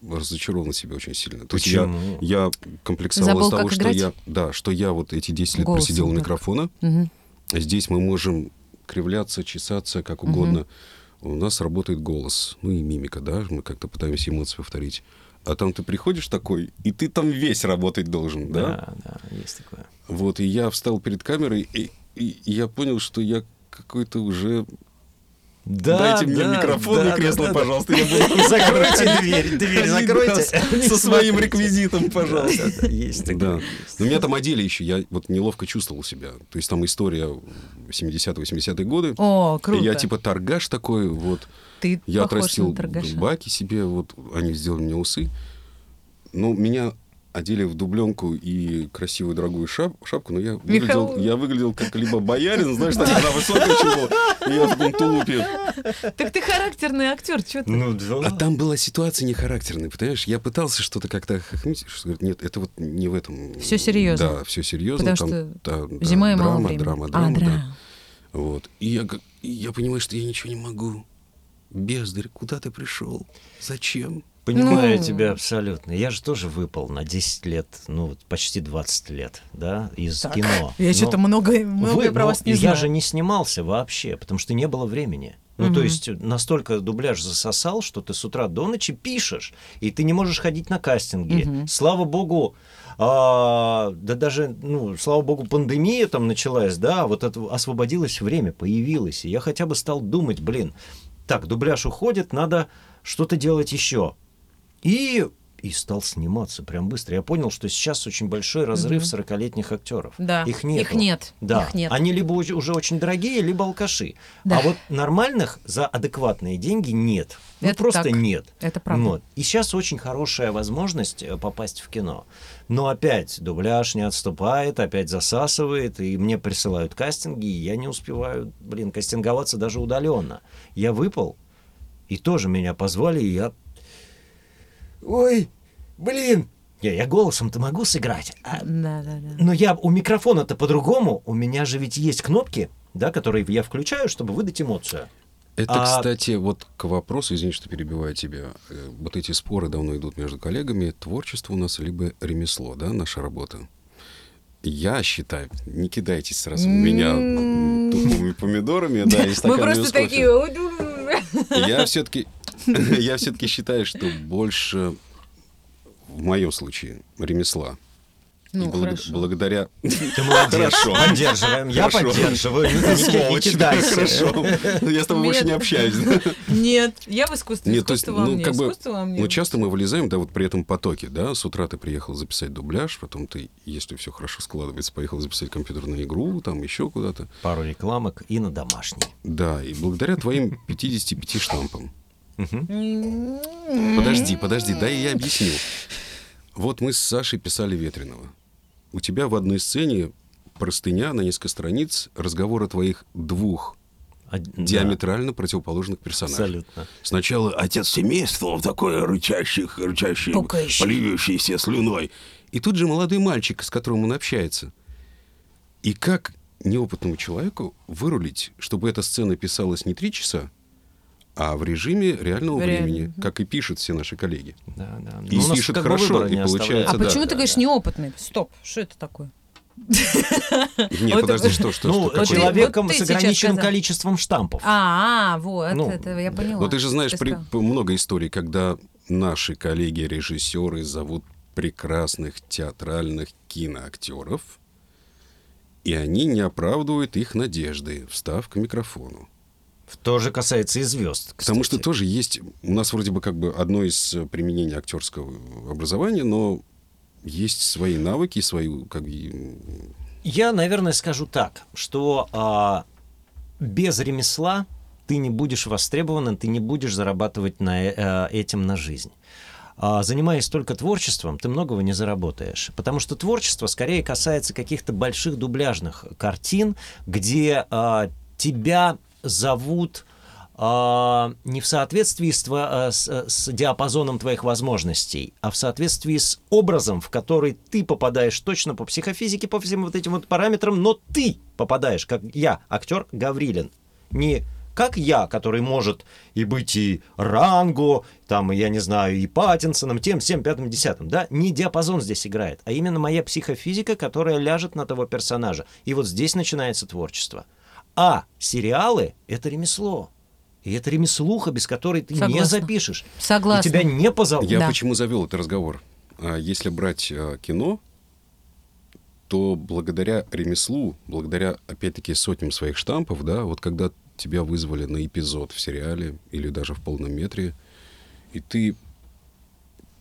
был разочарован в себе очень сильно. То Почему? есть я, я комплексовал Забыл, из того, как что играть? я, да, что я вот эти 10 лет Голосом просидел у так. микрофона. Мгм. Здесь мы можем кривляться, чесаться, как угодно. У нас работает голос, ну и мимика, да, мы как-то пытаемся эмоции повторить. А там ты приходишь такой, и ты там весь работать должен, да? Да, да, есть такое. Вот, и я встал перед камерой, и, и- и я понял, что я какой-то уже Да, Дайте мне да, микрофон да, и кресло, да, да. пожалуйста. Я буду Закройте дверь, дверь ходить, да, закройте. Не со своим смотрите. реквизитом, пожалуйста. Да, да, Есть Да. такое. Но меня там одели еще, я вот неловко чувствовал себя. То есть там история 70-80-е годы. О, И круто. Я типа торгаш такой, вот. Ты Я похож отрастил на торгаша. баки себе, вот они сделали мне усы. Но меня одели в дубленку и красивую дорогую шап- шапку, но я выглядел, Михаил. я выглядел как либо боярин, знаешь, так, на высоком чего, и я в таком тулупе. Так ты характерный актер, что ты? Ну да. А там была ситуация нехарактерная, понимаешь? Я пытался что-то как-то хохмить, что говорит, нет, это вот не в этом. Всё серьезно. Да, все серьезно. Потому там, что да, да, Зима и мало драма, времени. драма, А, драма, да. драма. Вот. И я, г- и я понимаю, что я ничего не могу. Бездарь, куда ты пришел? Зачем? Понимаю Ну. тебя абсолютно. Я же тоже выпал на 10 лет, ну, вот почти 20 лет, да, из Так. кино. Я Но что-то многое, вы- многое про но вас не Я знаю. же не снимался вообще, потому что не было времени. Ну, то Мгм. есть настолько дубляж засосал, что ты с утра до ночи пишешь, и ты не можешь ходить на кастинги. Мгм. Слава богу, а, да даже, ну, слава богу, пандемия там началась, да, вот это освободилось время, появилось, и я хотя бы стал думать, блин, так, дубляж уходит, надо что-то делать еще. И, и стал сниматься прям быстро. Я понял, что сейчас очень большой разрыв Мгм. 40-летних актеров. Да. Их нет. Их нет. Да. Их нет. Они либо уж- уже очень дорогие, либо алкаши. Да. А вот нормальных за адекватные деньги нет. Ну, Это просто так. нет. Это правда. Вот. И сейчас очень хорошая возможность э, попасть в кино. Но опять дубляж не отступает, опять засасывает, и мне присылают кастинги, и я не успеваю, блин, кастинговаться даже удаленно. Я выпал, и тоже меня позвали, и я... Ой, блин! Я, я голосом-то могу сыграть, а Да, да, да. но я у микрофона-то по-другому. У меня же ведь есть кнопки, да, которые я включаю, чтобы выдать эмоцию. Это, А- кстати, вот к вопросу, извини, что перебиваю тебя. Э, Вот эти споры давно идут между коллегами. Творчество у нас либо ремесло, да, наша работа. Я считаю, не кидайтесь сразу в меня м, тупыми помидорами, да, и Мы стаканами с просто кофе. такие... ну, Я все-таки, я все-таки считаю, что больше в моем случае ремесла. Ну, и благ- хорошо. благодаря Ты молодец. Хорошо. Поддерживаем. Я Хорошо. поддерживаю. Не- не- Не сволочь, да, кидайся. хорошо. Ну, Я с тобой больше не Нет. общаюсь. Нет, я в искусстве. Нет, то есть, Искусство во ну, мне. как бы, Искусство во мне. ну, часто мы вылезаем, да, вот при этом потоке, да, с утра ты приехал записать дубляж, потом ты, если все хорошо складывается, поехал записать компьютерную игру, там еще куда-то. Пару рекламок и на домашний. Да, и благодаря твоим 55 штампам. М-м-м. Подожди, подожди, да я объясню. Вот мы с Сашей писали Ветреного. У тебя в одной сцене простыня на несколько страниц разговора твоих двух А- диаметрально противоположных да, персонажей. Абсолютно. Сначала отец семейства, он такой рычащий, рычащий, Пукающий. плюющийся слюной. И тут же молодой мальчик, с которым он общается. И как неопытному человеку вырулить, чтобы эта сцена писалась не три часа, а в режиме реального Реально. времени, как и пишут все наши коллеги. Да, да. И Ну, у нас пишет как бы хорошо, выбора и не получается, А оставляется. да, почему да, ты говоришь неопытный? Стоп, что это такое? Нет, Вот подожди, это- что, что, Ну, что, какой- человеком Вот ты с сейчас ограниченным сказал. количеством штампов. А, вот, Ну, это я поняла. Но ты же знаешь, при- сказала. п- много историй, когда наши коллеги-режиссеры зовут прекрасных театральных киноактеров, и они не оправдывают их надежды, встав к микрофону. То же касается и звезд. Потому что кстати. тоже есть... У нас вроде бы как бы одно из э, применений актерского образования, но есть свои навыки, свои... Как... бы, м, Я, наверное, скажу так, что а, без ремесла ты не будешь востребован, и ты не будешь зарабатывать на, э- э, этим на жизнь. А, занимаясь только творчеством, ты многого не заработаешь. Потому что творчество скорее касается каких-то больших дубляжных картин, где а, тебя зовут а, не в соответствии с, тво- а, с- с диапазоном твоих возможностей, а в соответствии с образом, в который ты попадаешь точно по психофизике, по всем вот этим вот параметрам, но ты попадаешь, как я, актер Гаврилин. Не как я, который может и быть и Ранго, там, я не знаю, и Паттинсоном, тем, всем, пятым, десятым, да? Не диапазон здесь играет, а именно моя психофизика, которая ляжет на того персонажа. И вот здесь начинается творчество. А сериалы — это ремесло. И это ремеслуха, без которой ты не Согласна. запишешь. Согласна. И тебя не позовут. Я Да. почему завел этот разговор? А, Если брать э, кино, то благодаря ремеслу, благодаря, опять-таки, сотням своих штампов, да, вот когда тебя вызвали на эпизод в сериале или даже в полном метре, и ты,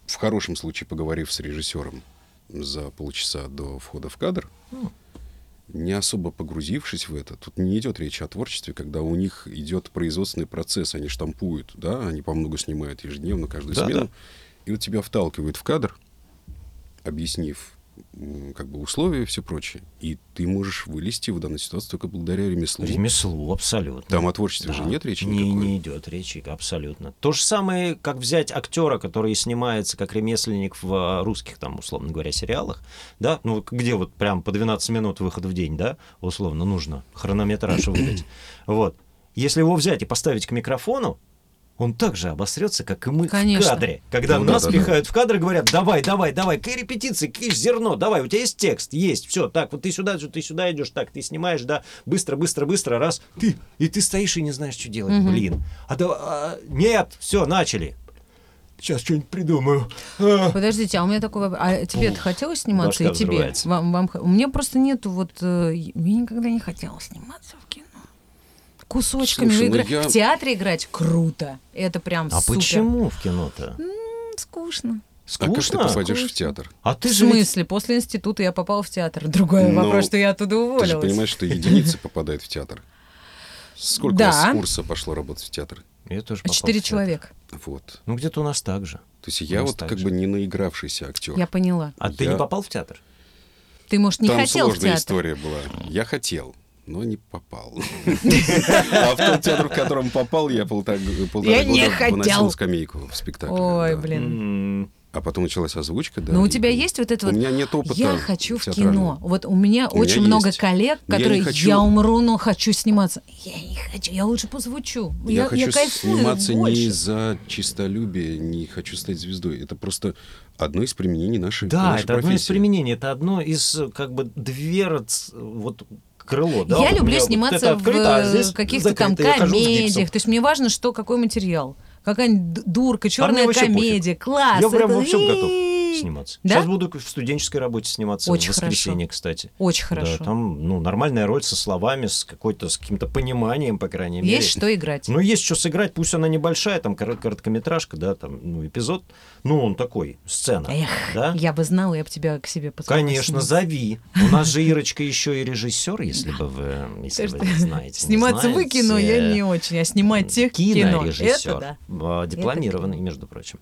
в хорошем случае поговорив с режиссером за полчаса до входа в кадр, не особо погрузившись в это, тут не идет речь о творчестве, когда у них идет производственный процесс, они штампуют, да, они по много снимают ежедневно, каждую Да, смену, да. и вот тебя вталкивают в кадр, объяснив м, как бы условия и все прочее, и ты можешь вылезти в данную ситуацию только благодаря ремеслу. Ремесло, абсолютно. Там о творчестве Да. же нет речи не, никакой. не идет речи, абсолютно. То же самое, как взять актера, который снимается как ремесленник в а, русских, там, условно говоря, сериалах, да, ну, где вот прям по 12 минут выхода в день, да, условно, нужно хронометраж выдать. Вот. Если его взять и поставить к микрофону, он так же обосрется, как и мы в Конечно. кадре. Когда Ну да, нас да, да. пихают в кадр и говорят, давай, давай, давай, к репетиции, к зерно, давай, у тебя есть текст, есть, все, так, вот ты сюда, ты сюда идешь, так, ты снимаешь, да, быстро, быстро, быстро, раз, ты, и ты стоишь и не знаешь, что делать, Мгм. блин. А, да- а, нет, все, начали. Сейчас что-нибудь придумаю. А. Подождите, а у меня такой вопрос. А тебе это хотелось сниматься? башка и тебе? взрывается. Вам, вам... х- У меня просто нету вот... э, я никогда не хотела сниматься в кино. Кусочками Слушай, ну игра- я- В театре играть круто. Это прям А супер. почему в кино-то? М, Скучно. Ну, А как ты Скучно? попадешь в Скучно. театр? А ты в же ведь- смысле? После института я попала в театр. Другой Ну, вопрос, что я оттуда Ты уволилась. же понимаешь, что единицы попадают в театр. Сколько Да. у вас с курса пошло работать в театр? Я тоже попал в Четыре театр. человека. Вот. Ну где-то у нас так же. То есть У я нас вот так как же. бы не наигравшийся актер. Я поняла. А ты Я- не попал в театр? Ты, может, не Там хотел в сложная театр? история была. Я хотел, но не попал. А в тот театр, в котором попал, я полтора полтора Я не года выносил хотел. скамейку в спектакле. Ой, да. блин. М, А потом началась озвучка, да. Но у и- тебя есть вот это У вот... меня нет опыта Я хочу в театрального. кино. Вот у меня У меня очень много есть. коллег, Но я не которые я, хочу. умру, но хочу сниматься. Я не хочу, я лучше позвучу. Я, хочу Ну, кайфую сниматься больше. не за чистолюбие, не хочу стать звездой. Это просто одно из применений нашей, Да, нашей это одно из профессии. применений, это одно из э, как бы дверц, э, вот крыло. Да? я Вот у меня люблю вот это сниматься открыто, а в здесь э, каких-то там закрыто, я хожу с гипсом. комедиях. То есть мне важно, что какой материал. Какая-нибудь д- дурка, черная А вообще пофиг. комедия, класс. Я прям это- во всем готов и- сниматься. Да? Сейчас буду в студенческой работе сниматься Очень в воскресенье, кстати. Очень Да, хорошо. там ну, нормальная роль со словами, с какой-то с каким-то пониманием, по крайней мере. Есть что играть. Ну, есть что сыграть, пусть она небольшая, там кор- короткометражка, да, там, ну, эпизод. Ну, он такой, сцена. Эх, да? я бы знала, я бы тебя к себе позвала. Конечно, сниматься. зови. У нас же Ирочка еще и режиссер, если бы вы, э, если вы Ты не что, знаете. не Сниматься вы знаете. кино я не очень, а снимать тех кино. Кинорежиссер. Это а, Дипломированный, между прочим.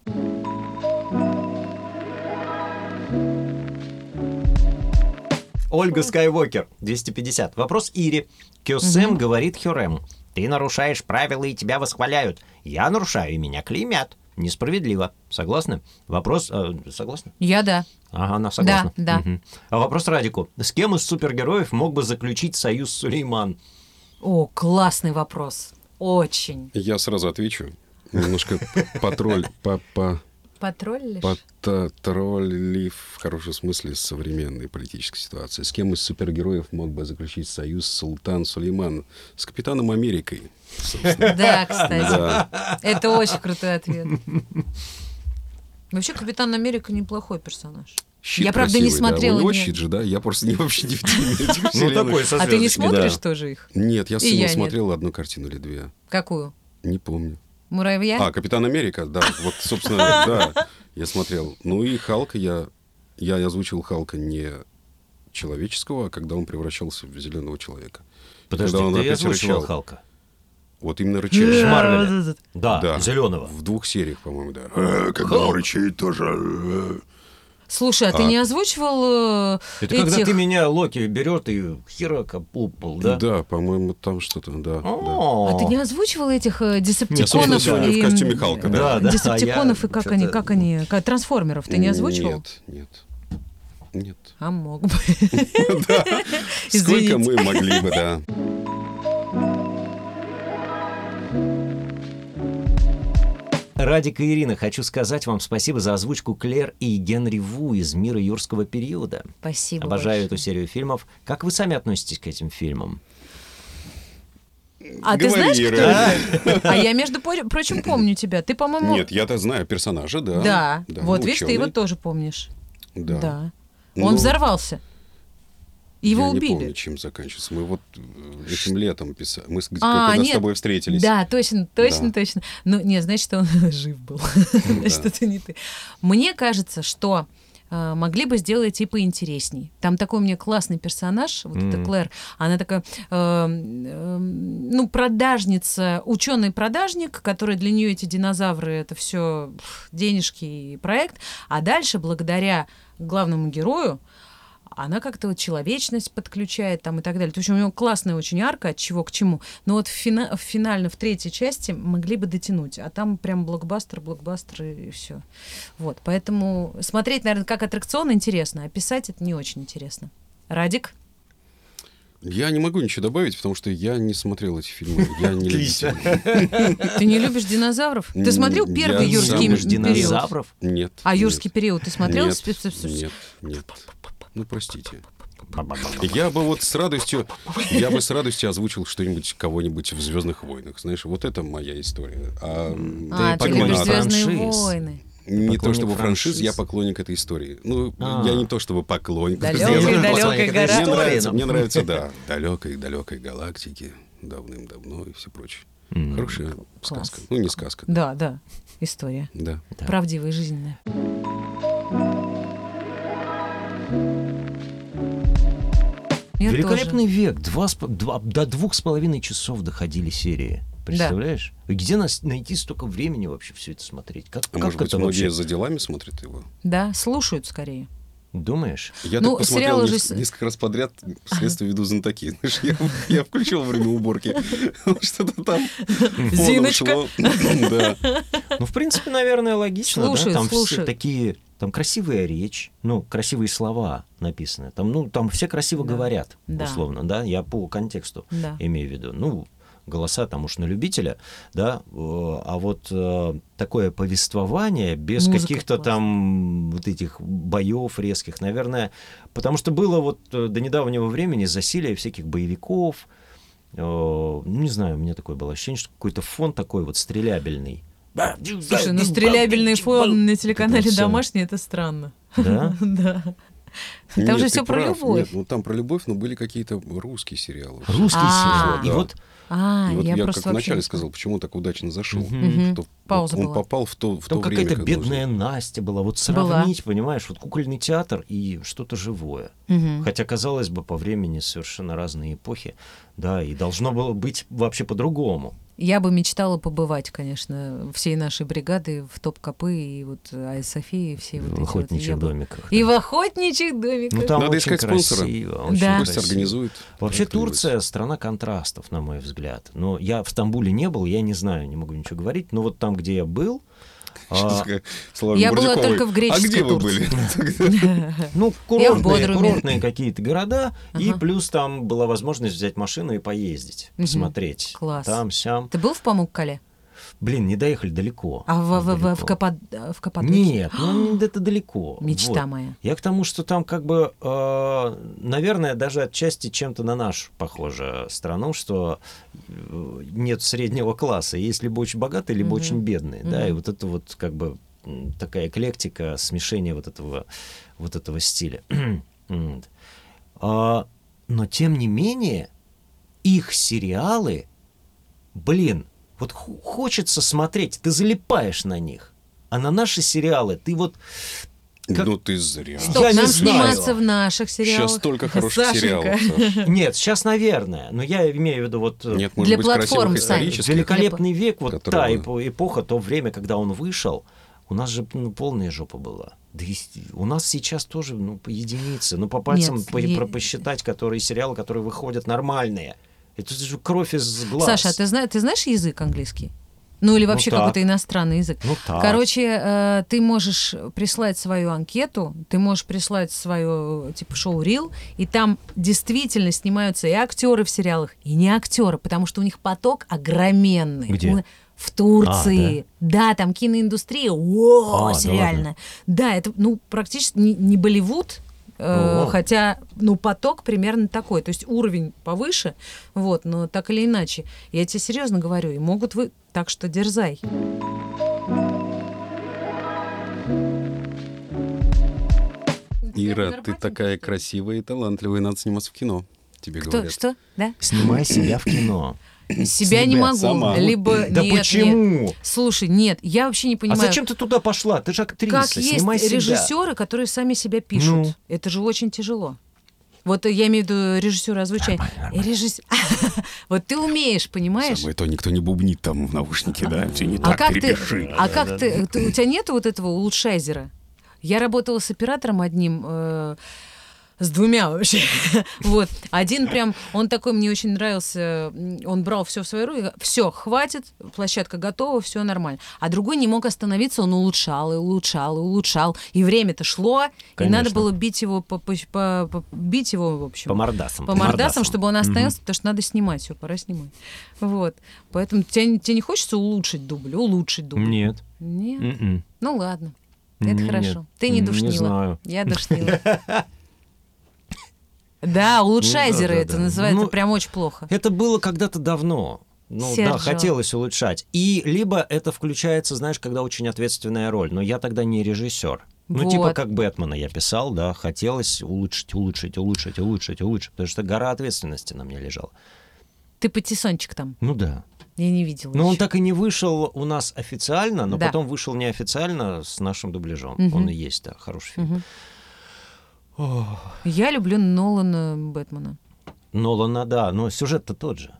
Ольга Скайуокер, 250. Вопрос Ири. Кюсем говорит Хюрем. Ты нарушаешь правила, и тебя восхваляют. Я нарушаю, и меня клеймят. Несправедливо. Согласны? Вопрос... э, согласны? Я да. Ага, она согласна. Да, да. Мгм. А вопрос Радику. С кем из супергероев мог бы заключить союз Сулейман? О, классный вопрос. Очень. Я сразу отвечу. Немножко потролль, по, по, Патрулишь? потролли в хорошем смысле современной политической ситуации. С кем из супергероев мог бы заключить союз Султан Сулейман? С Капитаном Америкой. Да, кстати. Да. Это очень крутой ответ. Вообще, Капитан Америка неплохой персонаж. Щит Я, правда, не красивый, да. смотрела, У него не- щит же, да? Я просто не вообще не в теме этих вселенных. со А ты не звездочкой, да. смотришь тоже их? Нет, я с И сыном я нет. смотрел одну картину или две. Какую? Не помню. Муравья? А, Капитан Америка, да. Вот, собственно, да, я смотрел. Ну и Халка я... Я озвучил Халка не человеческого, а когда он превращался в зеленого человека. Подожди, Когда он ты опять озвучивал рычал. Халка? Вот именно Из рычал. Марвеля. Да, Да. зеленого. В двух сериях, по-моему, да. Э, Когда он рычит тоже. э. Слушай, а ты А. не озвучивал э, Это когда этих- ты меня Локи берет и херака пупал, да? Да, по-моему, там что-то, да. да. О. А ты не озвучивал этих э, Я, собственно, десептиконов? сегодня в и- костюме Халка, да. Да, да. Десептиконов а и я как они, чё-то- как они, как- трансформеров ты не озвучивал? Нет, нет. Нет. А мог бы. Да. Извините. Сколько мы могли бы, да. Радик и Ирина, хочу сказать вам спасибо за озвучку Клэр и Генри Ву из «Мира юрского периода». Спасибо. Обожаю эту большое. серию фильмов. Как вы сами относитесь к этим фильмам? А ты Говори, знаешь, Ира. кто? это? А я, между пор- прочим, помню тебя. Ты, по-моему... Нет, я-то знаю персонажа, да. Ну, Да. Вот ну, видишь, ты его ученый, тоже помнишь. Да. Да. Ну, Он взорвался. Его я убили. не помню, чем заканчивается. Мы вот э, этим летом писали. Мы с, А, когда с нет. тобой встретились. Да, точно, точно, Да. точно. Ну, не, значит, он жив был. значит, да. это не ты. Мне кажется, что э, могли бы сделать и поинтересней. Там такой у меня классный персонаж, вот эта Мгм. Клэр, она такая, э, э, ну, продажница, ученый-продажник, который для нее эти динозавры, это все денежки и проект. А дальше, благодаря главному герою, она как-то вот человечность подключает там и так далее. То есть у него классная очень арка, от чего к чему. Но вот в, фина- в финально, в третьей части могли бы дотянуть. А там прям блокбастер, блокбастер и, все. Вот, поэтому смотреть, наверное, как аттракцион интересно, а писать это не очень интересно. Радик? Я не могу ничего добавить, потому что я не смотрел эти фильмы. Я не Отлично. любитель. Ты не любишь динозавров? Ты смотрел М, первый я юрский замуж период? динозавров? Нет. А нет, юрский период ты смотрел? Нет, Спи- спи- спи- спи- нет, нет. Ну, простите. Я бы вот с радостью, я бы с радостью озвучил что-нибудь кого-нибудь в Звездных войнах. Знаешь, вот это моя история. А, м, А, Ты ты любишь поклонник «Звездные франшиз». войны». не то поклонник чтобы франшиз, франшиз? я поклонник этой истории. Ну, А. я не то чтобы поклонник. Далёкой, Я тоже далёкой поклонник этой гора. Мне истории, нравится, но- мне нравится, да, далекой, далекой галактики, давным-давно и все прочее. М. Хорошая Класс. сказка. Ну, не сказка. Да, да, история. Да. Да. Правдивая и жизненная. Я тоже. Великолепный век. Два, с по- два- до двух с половиной часов доходили серии. Представляешь? Где нас найти столько времени вообще все это смотреть? Как, А как может быть, это многие вообще? за делами смотрят его? Да, слушают скорее. Думаешь? Я Ну, так посмотрел сериалы же неск- с- несколько раз подряд, следствие веду знатоки. Знаешь, я, я включил время уборки, что-то там фоном Зиночка. шло. Да. Ну, в принципе, наверное, логично. да? Слушают, Там все слушают. такие... Там красивая речь, ну, красивые слова написаны. Там, ну, там все красиво Да. говорят, Да. условно, да? Я по контексту Да. имею в виду. Ну, голоса там уж на любителя, да, э, а вот э, такое повествование без Музыка каких-то классная. там вот этих боев резких, наверное, потому что было вот э, до недавнего времени засилие всяких боевиков, э, ну, не знаю, у меня такое было ощущение, что какой-то фон такой вот стрелябельный. Слушай, ну стрелябельный фон на телеканале всё. «Домашний» — это странно. Да? Да. Там Нет, же ты все про прав. Нет, любовь. ну там про любовь, но были какие-то русские сериалы. Русский А. сериал. И Да. вот А, И вот я я как просто вообще вначале не сказал, почему он так удачно зашел. Мгм. что Пауза он была. попал в то, в то там время. какая-то когда бедная Настя была. Вот сравнить, понимаешь, вот кукольный театр и что-то живое. Мгм. Хотя, казалось бы, по времени совершенно разные эпохи. Да, и должно было быть вообще по-другому. Я бы мечтала побывать, конечно, всей нашей бригады в топ-копы и вот Ай Софии, и все вот эти В вот. Я охотничьих бы- домиках. И в охотничьих домиках. Ну, там Надо очень искать спонсора. красиво. Да. Очень нужно. Да. Пусть красиво. организует. Вообще кто-нибудь. Турция страна контрастов, на мой взгляд. Но я в Стамбуле не был, я не знаю, не могу ничего говорить. Но вот там, где я был, а, Сейчас такая Слава Я была Бурдюкова. только в греческой А где вы Турции. были? ну Я курортные, в Бодруме. курортные какие-то города, и Ага. плюс там была возможность взять машину и поездить, Мгм. посмотреть. Класс. Там, сям. Ты был в Памуккале? Блин, не доехали далеко. А в, в, в, Далеко. в, Каппад... в Каппадокии? Нет, ну это далеко. Мечта Вот. моя. Я к тому, что там как бы, э, наверное, даже отчасти чем-то на наш похоже страну, что э, нет среднего класса. Есть либо очень богатые, либо Мгм. очень бедные. Да, и Мгм. вот это вот как бы м, такая эклектика, смешение вот этого, вот этого стиля. Вот. А, но тем не менее, их сериалы, блин, вот ху- хочется смотреть, ты залипаешь на них. А на наши сериалы ты вот Как- Ну ты зря. Стоп, Я не нам знаю. сниматься в наших сериалах. Сейчас столько хороших Сашенька. сериалов. Саш. Нет, сейчас, наверное. Но я имею в виду вот э, Нет, может Для быть, платформ, красивых Сань. исторических. великолепный век, вот Которого- та эпо- эпоха, то время, когда он вышел, у нас же ну, полная жопа была. Да и с- у нас сейчас тоже ну, по единице. Ну, по пальцам Нет, по- е- про- посчитать, которые сериалы, которые выходят нормальные. Это же кровь из глаз. Саша, а ты, зна- ты знаешь язык английский? Ну или вообще так. какой-то иностранный язык? Ну так. Короче, э, ты можешь прислать свою анкету, ты можешь прислать свое типа шоу-рил, и там действительно снимаются и актеры в сериалах, и не актеры, потому что у них поток огроменный. Где? Ну, В Турции. да? там киноиндустрия. О, А, да сериально. Да, это ну практически не, не Болливуд. э, О. Хотя, ну, поток примерно такой. То есть уровень повыше, вот, но так или иначе. Я тебе серьезно говорю, и могут вы... Так что дерзай. Ира, ты такая красивая и талантливая, надо сниматься в кино. Тебе Кто, говорят. что? Да? Снимай себя в кино. Себя не Себя могу. сама. Либо Да нет, нет. почему? Слушай, нет, я вообще не А понимаю. зачем ты туда пошла? Ты же актриса. Как есть Снимай себя. режиссеры, которые сами себя пишут. Ну. Это же очень тяжело. Вот э, я имею в виду режиссера озвучения. Нормально, И режисс- Вот ты умеешь, понимаешь? Самое то никто не бубнит там в наушнике, да? Все не А так, как ты, перепиши. а как ты, ты- у тебя нету вот этого улучшайзера? Я работала с оператором одним, э, с двумя вообще. вот. Один прям, он такой мне очень нравился, м, он брал все в свои руки, все, хватит, площадка готова, все нормально. А другой не мог остановиться, он улучшал и улучшал и улучшал, и время-то шло, и надо Конечно. было бить его, по, по- по- по- бить его, в общем По мордасам. по мордасам, чтобы он остановился, потому что надо снимать, все, пора снимать. Вот. Поэтому тебе, тебе не хочется улучшить дубль, улучшить дубль? Нет. Нет. М-м. Ну ладно. Это Нет. хорошо. Ты не Не душнила. знаю. Я душнила. Да, Ну, улучшайзеры да, да, это да. называется Ну, прям очень плохо. Это было когда-то давно. Ну Серджио. да, хотелось улучшать. И либо это включается, знаешь, когда очень ответственная роль. Но я тогда не режиссер. Ну, типа Вот. как Бэтмена я писал, да, хотелось улучшить, улучшить, улучшить, улучшить, улучшить, потому что гора ответственности на мне лежала. Ты патиссончик там. Ну да. Я не видела. Но Ну, он ещё. так и не вышел у нас официально, но Да. потом вышел неофициально с нашим дубляжом. Мгм. Он и есть, да, хороший фильм. Мгм. Я люблю Нолана Бэтмена. Нолана, да, но сюжет-то тот же.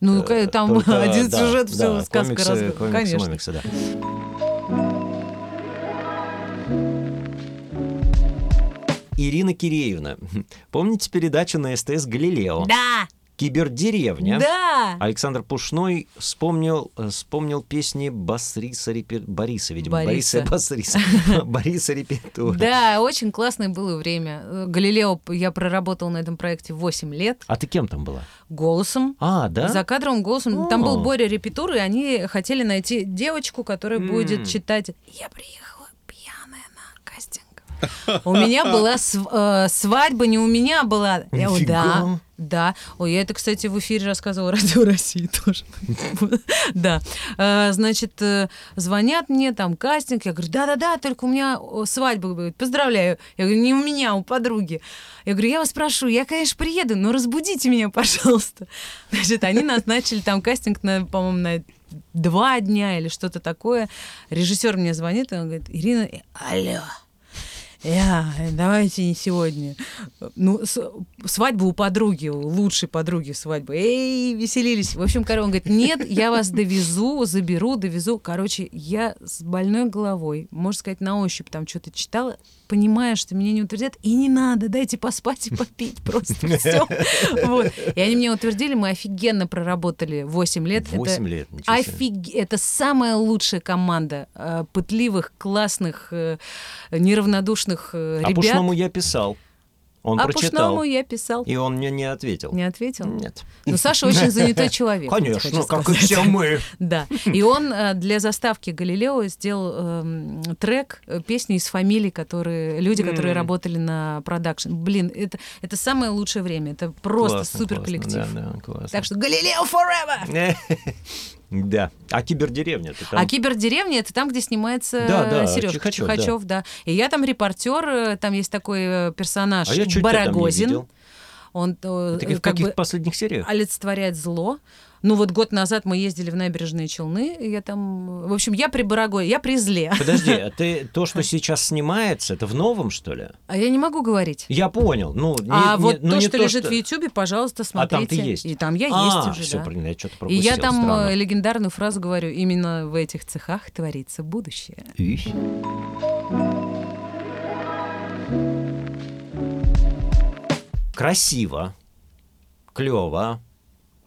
Ну, Э, ка- там только, один да, сюжет, да, все, сказка комиксы, раз- комиксы, Конечно. момиксы, да. Ирина Киреевна, помните передачу на СТС «Галилео»? Да! «Кибердеревня»? Да! Александр Пушной вспомнил, э, вспомнил песни Басриса Репе- Бориса, видимо, Бориса. Бориса Басриса, Бориса Репетура. Да, очень классное было время. Э, Галилео, п- я проработала на этом проекте 8 лет А ты кем там была? голосом. А, да? За кадровым голосом. Там был О. Боря Репетур, и они хотели найти девочку, которая М. будет читать. Я приехала пьяная на кастинг. У меня была св- э, свадьба, не у меня была. Я вот, Да. Нифига. Да. Ой, я это, кстати, в эфире рассказывала Радио России тоже. Да. Э, Значит, э, звонят мне, там, кастинг. Я говорю, да-да-да, только у меня о, свадьба будет. Поздравляю. Я говорю, не у меня, а у подруги. Я говорю, я вас прошу, я, конечно, приеду, но разбудите меня, пожалуйста. Значит, они назначили там кастинг, на, по-моему, на два дня или что-то такое. Режиссер мне звонит, и он говорит, Ирина, э, алло. Я, э, давайте не сегодня. Ну, с- свадьба у подруги, у лучшей подруги свадьба. Эй, веселились. В общем, короче, он говорит, нет, я вас довезу, заберу, довезу. Короче, я с больной головой, можно сказать, на ощупь там что-то читала, понимая, что меня не утвердят, и не надо, дайте поспать и попить просто все. Вот. И они меня утвердили, мы офигенно проработали 8 лет. Это- 8 лет, ничего себе. Офиг... Это самая лучшая команда э, пытливых, классных, э, неравнодушных э, А ребят. Пушному я писал. Он А прочитал. Пушному я писал. И он мне не ответил. Не ответил? Нет. Ну, Саша очень занятой человек. я тебе Конечно, хочу как и сказать. все мы. Да. И он э, для заставки Галилео сделал эм, трек э, песни из фамилий, которые люди, которые М. работали на продакшн. Блин, это, это самое лучшее время. Это просто Классно, супер классно, коллектив. Да, да, классно. Так что Галилео forever! Да. А кибердеревня ты А там? кибердеревня это там, где снимается Да, да, Сережка Чихачев, Чихачев, да. И я там репортер, э, там есть такой э, персонаж А я чуть тебя там не Барагозин. видел. Он э, Ты в как каких бы А последних сериях? олицетворяет зло. Ну вот год назад мы ездили в набережные Челны, и я там, э, в общем, я при Барагое, я при зле. Подожди, а ты то, что сейчас снимается, это в новом, что ли? А я не могу говорить. Я понял. Ну, не- а не- вот ну, то, не что лежит в Ютубе, пожалуйста, А смотрите. там ты есть. И там я есть А, уже. все, да. блин, я что-то И пропустил. я там странно. э, легендарную фразу говорю: именно в этих цехах творится будущее. Их. Красиво, клево.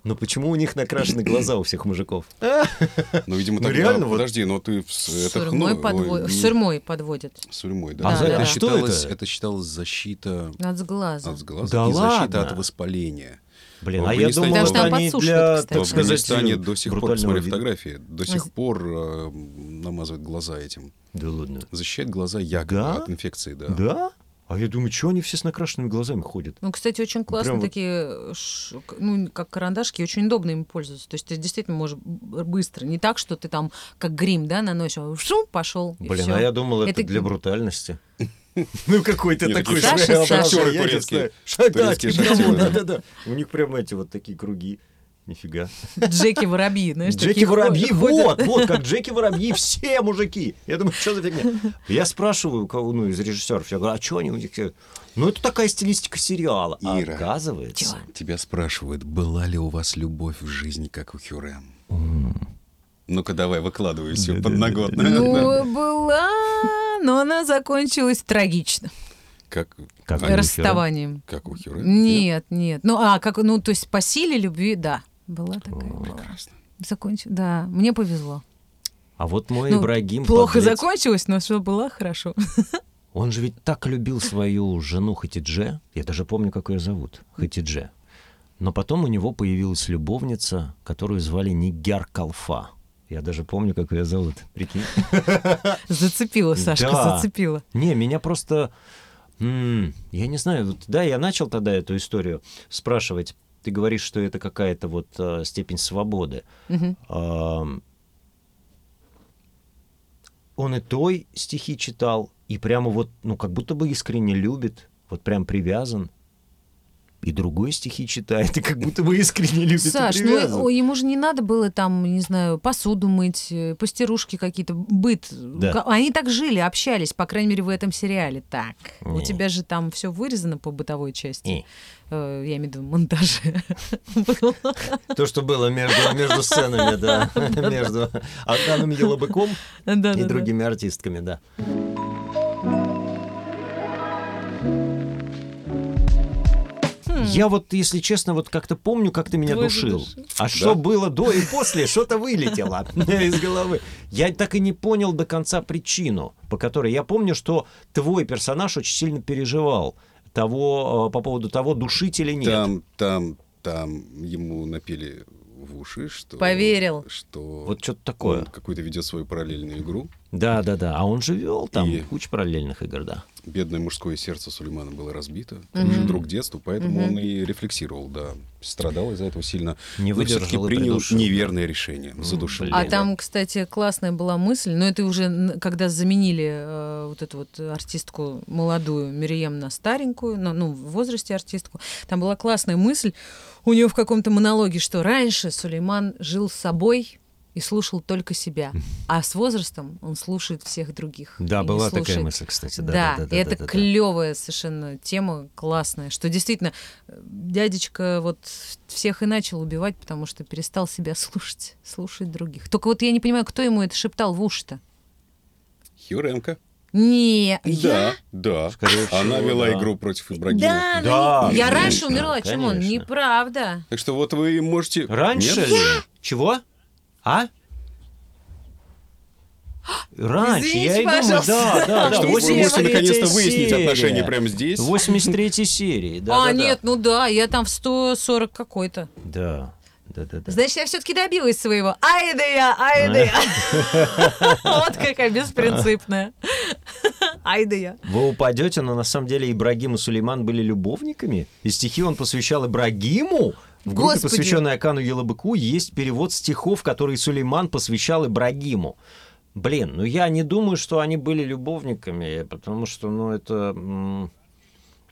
Но почему у них накрашены глаза у всех мужиков? Ну, видимо, Ну, тогда- реально вот- Подожди, но ты... в с- С это сурьмой хну- подво- ну. ой, с не- сурьмой подводят. Сурьмой, А да. за это это, что считалось, это? это считалось защита От сглаза. от глаза Да и защита ладно? от воспаления. Блин, В а я Афганистане думал, тоже. что они Потому для, что там так В сказать, Афганистане до сих пор, брутального посмотри вида. фотографии, до З- сих пор э, намазывают глаза этим. Да ладно. Защищает глаза якобы Да? от инфекции, да. Да? А я думаю, что они все с накрашенными глазами ходят? Ну, кстати, очень классно Прям вот- такие, ш- к- ну, как карандашки, очень удобно им пользоваться. То есть ты действительно можешь б- быстро, не так, что ты там как грим, да, наносишь, а шум, пошел. и Блин, всё. а я думал, это, Это- для брутальности. Ну, какой ты Не, такой такие Саша, своеобразный, Саша. я не Турецкие. знаю. Ша- Да, Турецкие типа того, шахтеры, да. да-да-да. У них прям эти вот такие круги. Нифига. Джеки Воробьи, знаешь, Джеки такие хо- Воробьи, ходят. вот, вот, как Джеки Воробьи, все мужики. Я думаю, что за фигня? Я спрашиваю у кого, ну, из режиссеров, я говорю, а что они у них? делают?» Ну, это такая стилистика сериала. А Ира. оказывается, Тебя спрашивают, была ли у вас любовь в жизни, как у Хюрем? Ну-ка давай, выкладывай все подноготно. Ну, была, но она закончилась трагично. Как, Как они- раз- Расставанием. как у Хюрем? Нет, нет. Ну, а как, ну, то есть по силе любви, да. Была такая. Прекрасно. Закончил. Да, мне повезло. а вот мой Ну, Ибрагим... Плохо подлец, закончилось, но все было хорошо. Он же ведь так любил свою жену Хатидже. Я даже помню, как ее зовут. Хатидже. Но потом у него появилась любовница, которую звали Нигяр Калфа. Я даже помню, как ее зовут. Прикинь. Зацепила, Сашка, Да. зацепила. Не, меня просто... м, я не знаю, вот, да, я начал тогда эту историю спрашивать. Ты говоришь, что это какая-то вот э, степень свободы. Мгм. Ам, он и той стихи читал, и прямо вот, ну, как будто бы искренне любит, вот прям привязан. И другой стихи читает, и как будто бы искренне любит и Саш, привязан. ну о, ему же не надо было там, не знаю, посуду мыть, э, постирушки какие-то, быт. Да. Ка- Они так жили, общались, по крайней мере, в этом сериале. Так. У Не. тебя же там все вырезано по бытовой части. Не. Э, я имею в виду монтаже. Было. То, что было между, между сценами, да, между Аданом Елобыком Да-да-да. и другими артистками, да. Хм. Я вот, если честно, вот как-то помню, как ты меня Твой душил. задушил. А что было до и после, что-то вылетело из головы. Я так и не понял до конца причину, по которой я помню, что твой персонаж очень сильно переживал того э, по поводу того, душить или нет. Там, там, там ему напели в уши, что... Поверил. Что Вот что-то такое. он какую-то ведет свою параллельную игру. Да, да, да. А он же вел там И- кучу параллельных игр, да. Бедное мужское сердце Сулеймана было разбито, как же друг детства, поэтому он и рефлексировал, да. Страдал из-за этого сильно. Не но всё-таки выдержал и принял придушил. неверное решение, задушил. блин. А Лена. там, кстати, классная была мысль, но это уже н- когда заменили э, вот эту вот артистку молодую Мирием на старенькую, на- ну, в возрасте артистку, там была классная мысль у нее в каком-то монологе, что раньше Сулейман жил с собой и слушал только себя, а с возрастом он слушает всех других. и Да, не была такая слушает мысль, кстати. Да, да, да, да, и это да, да, да. клевая совершенно тема, классная, что действительно э, дядечка вот всех и начал убивать, потому что перестал себя слушать, слушать других. Только вот я не понимаю, кто ему это шептал в уши-то. Хюремка. Не, я? Да, да. Скорее всего, Она вела да. игру против Ибрагима. Да, Да, ну, я конечно, раньше умерла, чем он. конечно. Неправда. Так что вот вы можете... Раньше? Нет? ли? Чего? А? Раньше, я и Извините, думаю, да, пожалуйста. да, да, Что вы можете 83-я наконец-то выяснить серия. отношения прямо здесь. 83 серии, да, а, да, нет, ну да, я там в 140 какой-то. да. Да, да, да, да. Значит, я все-таки добилась своего. Ай да я, ай да я. А? Вот какая беспринципная. Ай да я. Вы упадете, но на самом деле Ибрагим и Сулейман были любовниками, и стихи он посвящал Ибрагиму. В группе, Господи. посвященной Акану Елабыку, есть перевод стихов, которые Сулейман посвящал Ибрагиму. Блин, ну я не думаю, что они были любовниками, потому что, ну, это... м,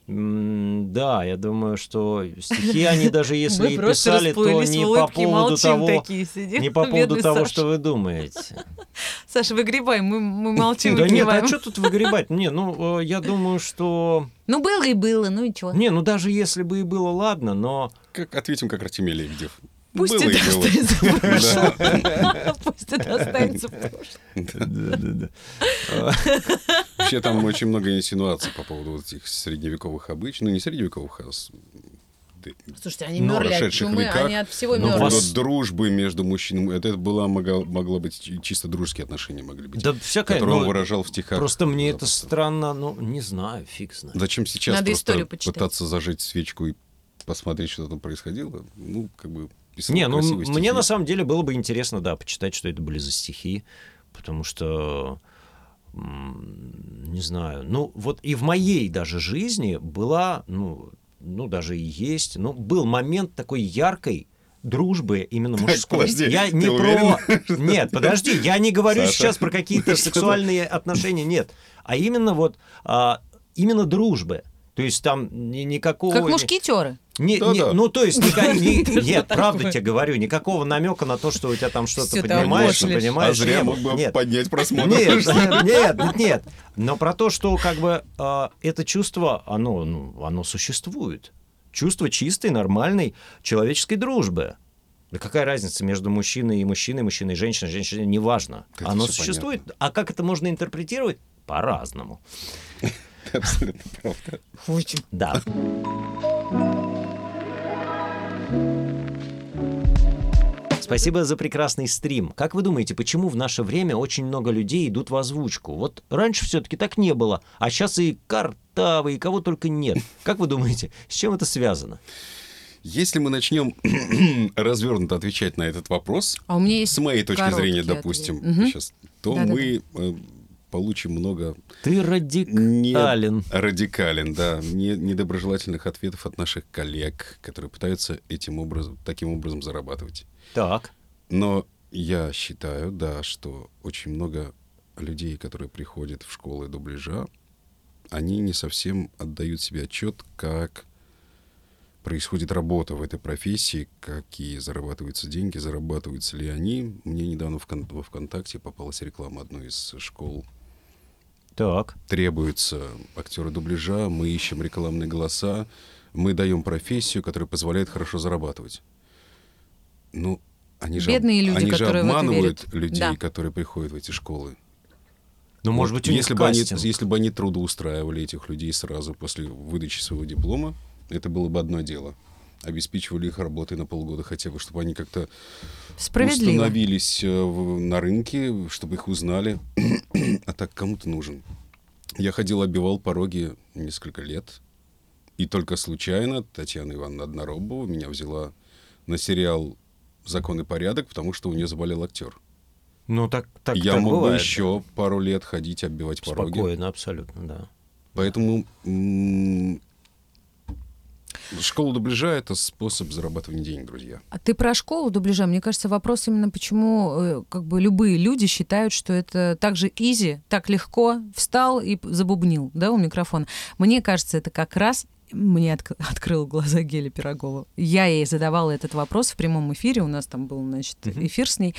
м, Да, я думаю, что стихи они даже если Мы и просто писали, то расплылись не в по улыбке и поводу молчим того, такие сидим. не по поводу Бедный того, Саша. что вы думаете. Саша, выгребай, мы, мы молчим, Да нет, выгребаем. а что тут выгребать? Не, ну э, я думаю, что Ну, было и было, ну и чего. Не, ну даже если бы и было, ладно, но... Как ответим, как Артемий Лебедев. Пусть Было и это было. останется в Да. прошлом. Пусть это останется в прошлом. Вообще там очень много инсинуаций по поводу вот этих средневековых обычаев. Ну, не средневековых, а с- д- Слушайте, они Ну, мерли от прошедших чумы, веках. они от всего Ну, по мерли. поводу вас- дружбы между мужчинами. Это, это было, могло, могло быть чи- чисто дружеские отношения могли быть. Да всякое, которые он ну, выражал в стихах. Просто мне это Запаса. странно, ну, не знаю, фиг знает. Зачем сейчас Надо просто историю почитать. пытаться зажечь свечку и посмотреть, что там происходило? Ну, как бы... писал Не, ну, красивые мне стихи. на самом деле было бы интересно, да, почитать, что это были за стихи, потому что, м, не знаю, ну, вот и в моей даже жизни была, ну, ну, даже и есть, ну, был момент такой яркой дружбы именно мужской. подожди, я ты не про... уверена, Нет, подожди, я не говорю Саша, сейчас про какие-то сексуальные отношения, нет. А именно вот а, именно дружбы. То есть там ни- никакого... Как ни- мушкетеры. не- Да, не- да. ну, то есть, ника- ни- Ты что нет, правда такое? тебе говорю, никакого намека на то, что у тебя там что-то Всё, ты поднимаешь, не обошлишь. понимаешь. а зря не мог было. бы Нет. поднять просмотр. Нет, нет, нет, нет. Но про то, что как бы э, это чувство, оно, ну, оно существует. Чувство чистой, нормальной человеческой дружбы. Да какая разница между мужчиной и мужчиной, мужчиной и женщиной, женщиной, неважно. Это оно всё существует. А как это можно интерпретировать? По-разному. Абсолютно правда. Да. Спасибо за прекрасный стрим. Как вы думаете, почему в наше время очень много людей идут в озвучку? Вот раньше все-таки так не было, а сейчас и картавы, и кого только нет. Как вы думаете, с чем это связано? Если мы начнем развернуто отвечать на этот вопрос, А у меня есть с моей точки короткий зрения, ответ. допустим, Мгм. сейчас, то Да-да-да. мы э, получим много Ты радикален. не- радикален, да, не- недоброжелательных ответов от наших коллег, которые пытаются этим образом, таким образом зарабатывать. Так. Но я считаю, да, что очень много людей, которые приходят в школы дубляжа, они не совсем отдают себе отчет, как происходит работа в этой профессии, какие зарабатываются деньги, зарабатываются ли они. Мне недавно в Кон- во ВКонтакте попалась реклама одной из школ. Так. Требуются актеры дубляжа, мы ищем рекламные голоса, мы даем профессию, которая позволяет хорошо зарабатывать. Ну, они же, об- Бедные люди, они же которые в это обманывают верят. людей, Да. которые приходят в эти школы. Ну, может Вот быть, у если них бы они, кастинг. если бы они трудоустраивали этих людей сразу после выдачи своего диплома, это было бы одно дело. Обеспечивали их работой на полгода хотя бы, чтобы они как-то Справедливо. установились э, в- на рынке, чтобы их узнали. а так кому ты нужен? Я ходил, обивал пороги несколько лет. И только случайно Татьяна Ивановна Одноробова меня взяла на сериал «Закон и порядок», потому что у нее заболел актер. Ну, так, так, Я так мог бывает. бы еще пару лет ходить, оббивать пороги. Спокойно, абсолютно, да. Поэтому м, школа дубляжа — это способ зарабатывания денег, друзья. А ты про школу дубляжа? Мне кажется, вопрос именно, почему э, как бы любые люди считают, что это так же изи, так легко встал и п- забубнил, да, у микрофона. Мне кажется, это как раз мне отк- открыл глаза Геля Пирогова. Я ей задавала этот вопрос в прямом эфире, у нас там был, значит, Мгм. эфир с ней,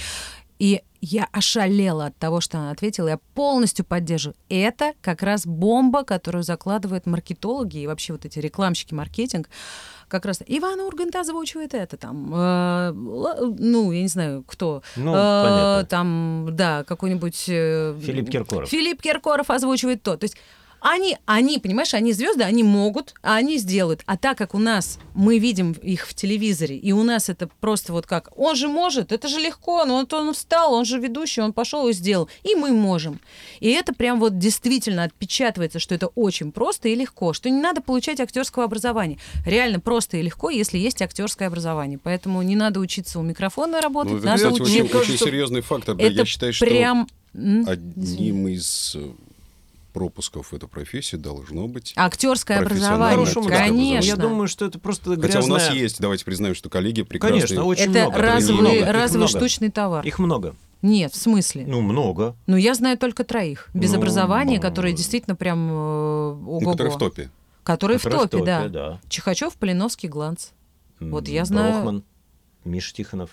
и я ошалела от того, что она ответила. Я полностью поддерживаю. Это как раз бомба, которую закладывают маркетологи и вообще вот эти рекламщики маркетинг. Как раз Иван Ургант озвучивает это там. э, л- ну, я не знаю, кто. Ну, Э, понятно. Там, да, какой-нибудь... э, Филипп Киркоров. Филипп Киркоров озвучивает то. То есть они, они, понимаешь, они звезды, они могут, а они сделают. А так как у нас мы видим их в телевизоре, и у нас это просто вот как, он же может, это же легко, но вот он встал, он же ведущий, он пошел и сделал, и мы можем. И это прям вот действительно отпечатывается, что это очень просто и легко, что не надо получать актерского образования. Реально просто и легко, если есть актерское образование. Поэтому не надо учиться у микрофона работать, Ну, это, надо кстати, учиться. очень, Мне кажется, очень серьезный фактор. да. Это Я считаю, что а, прям... м, одним из э, пропусков в эту профессию должно быть. А, Актерское Профессиональное образование, Хорошему да. конечно. Я думаю, что это просто Хотя грязная... у нас есть, давайте признаем, что коллеги прекрасные. Конечно, очень это много. разовый, Их много, их разовый много. штучный товар. Их много. Нет, в смысле. Ну, Ну, много. я знаю только троих без Ну, образования, ну, которые действительно прям э, ну, ого-го. которые в топе. Которые в Которые в топе, да. топе, да. Чехачев, Полиновский, Гланц. Вот я М, знаю- Брохман, Миша Тихонов.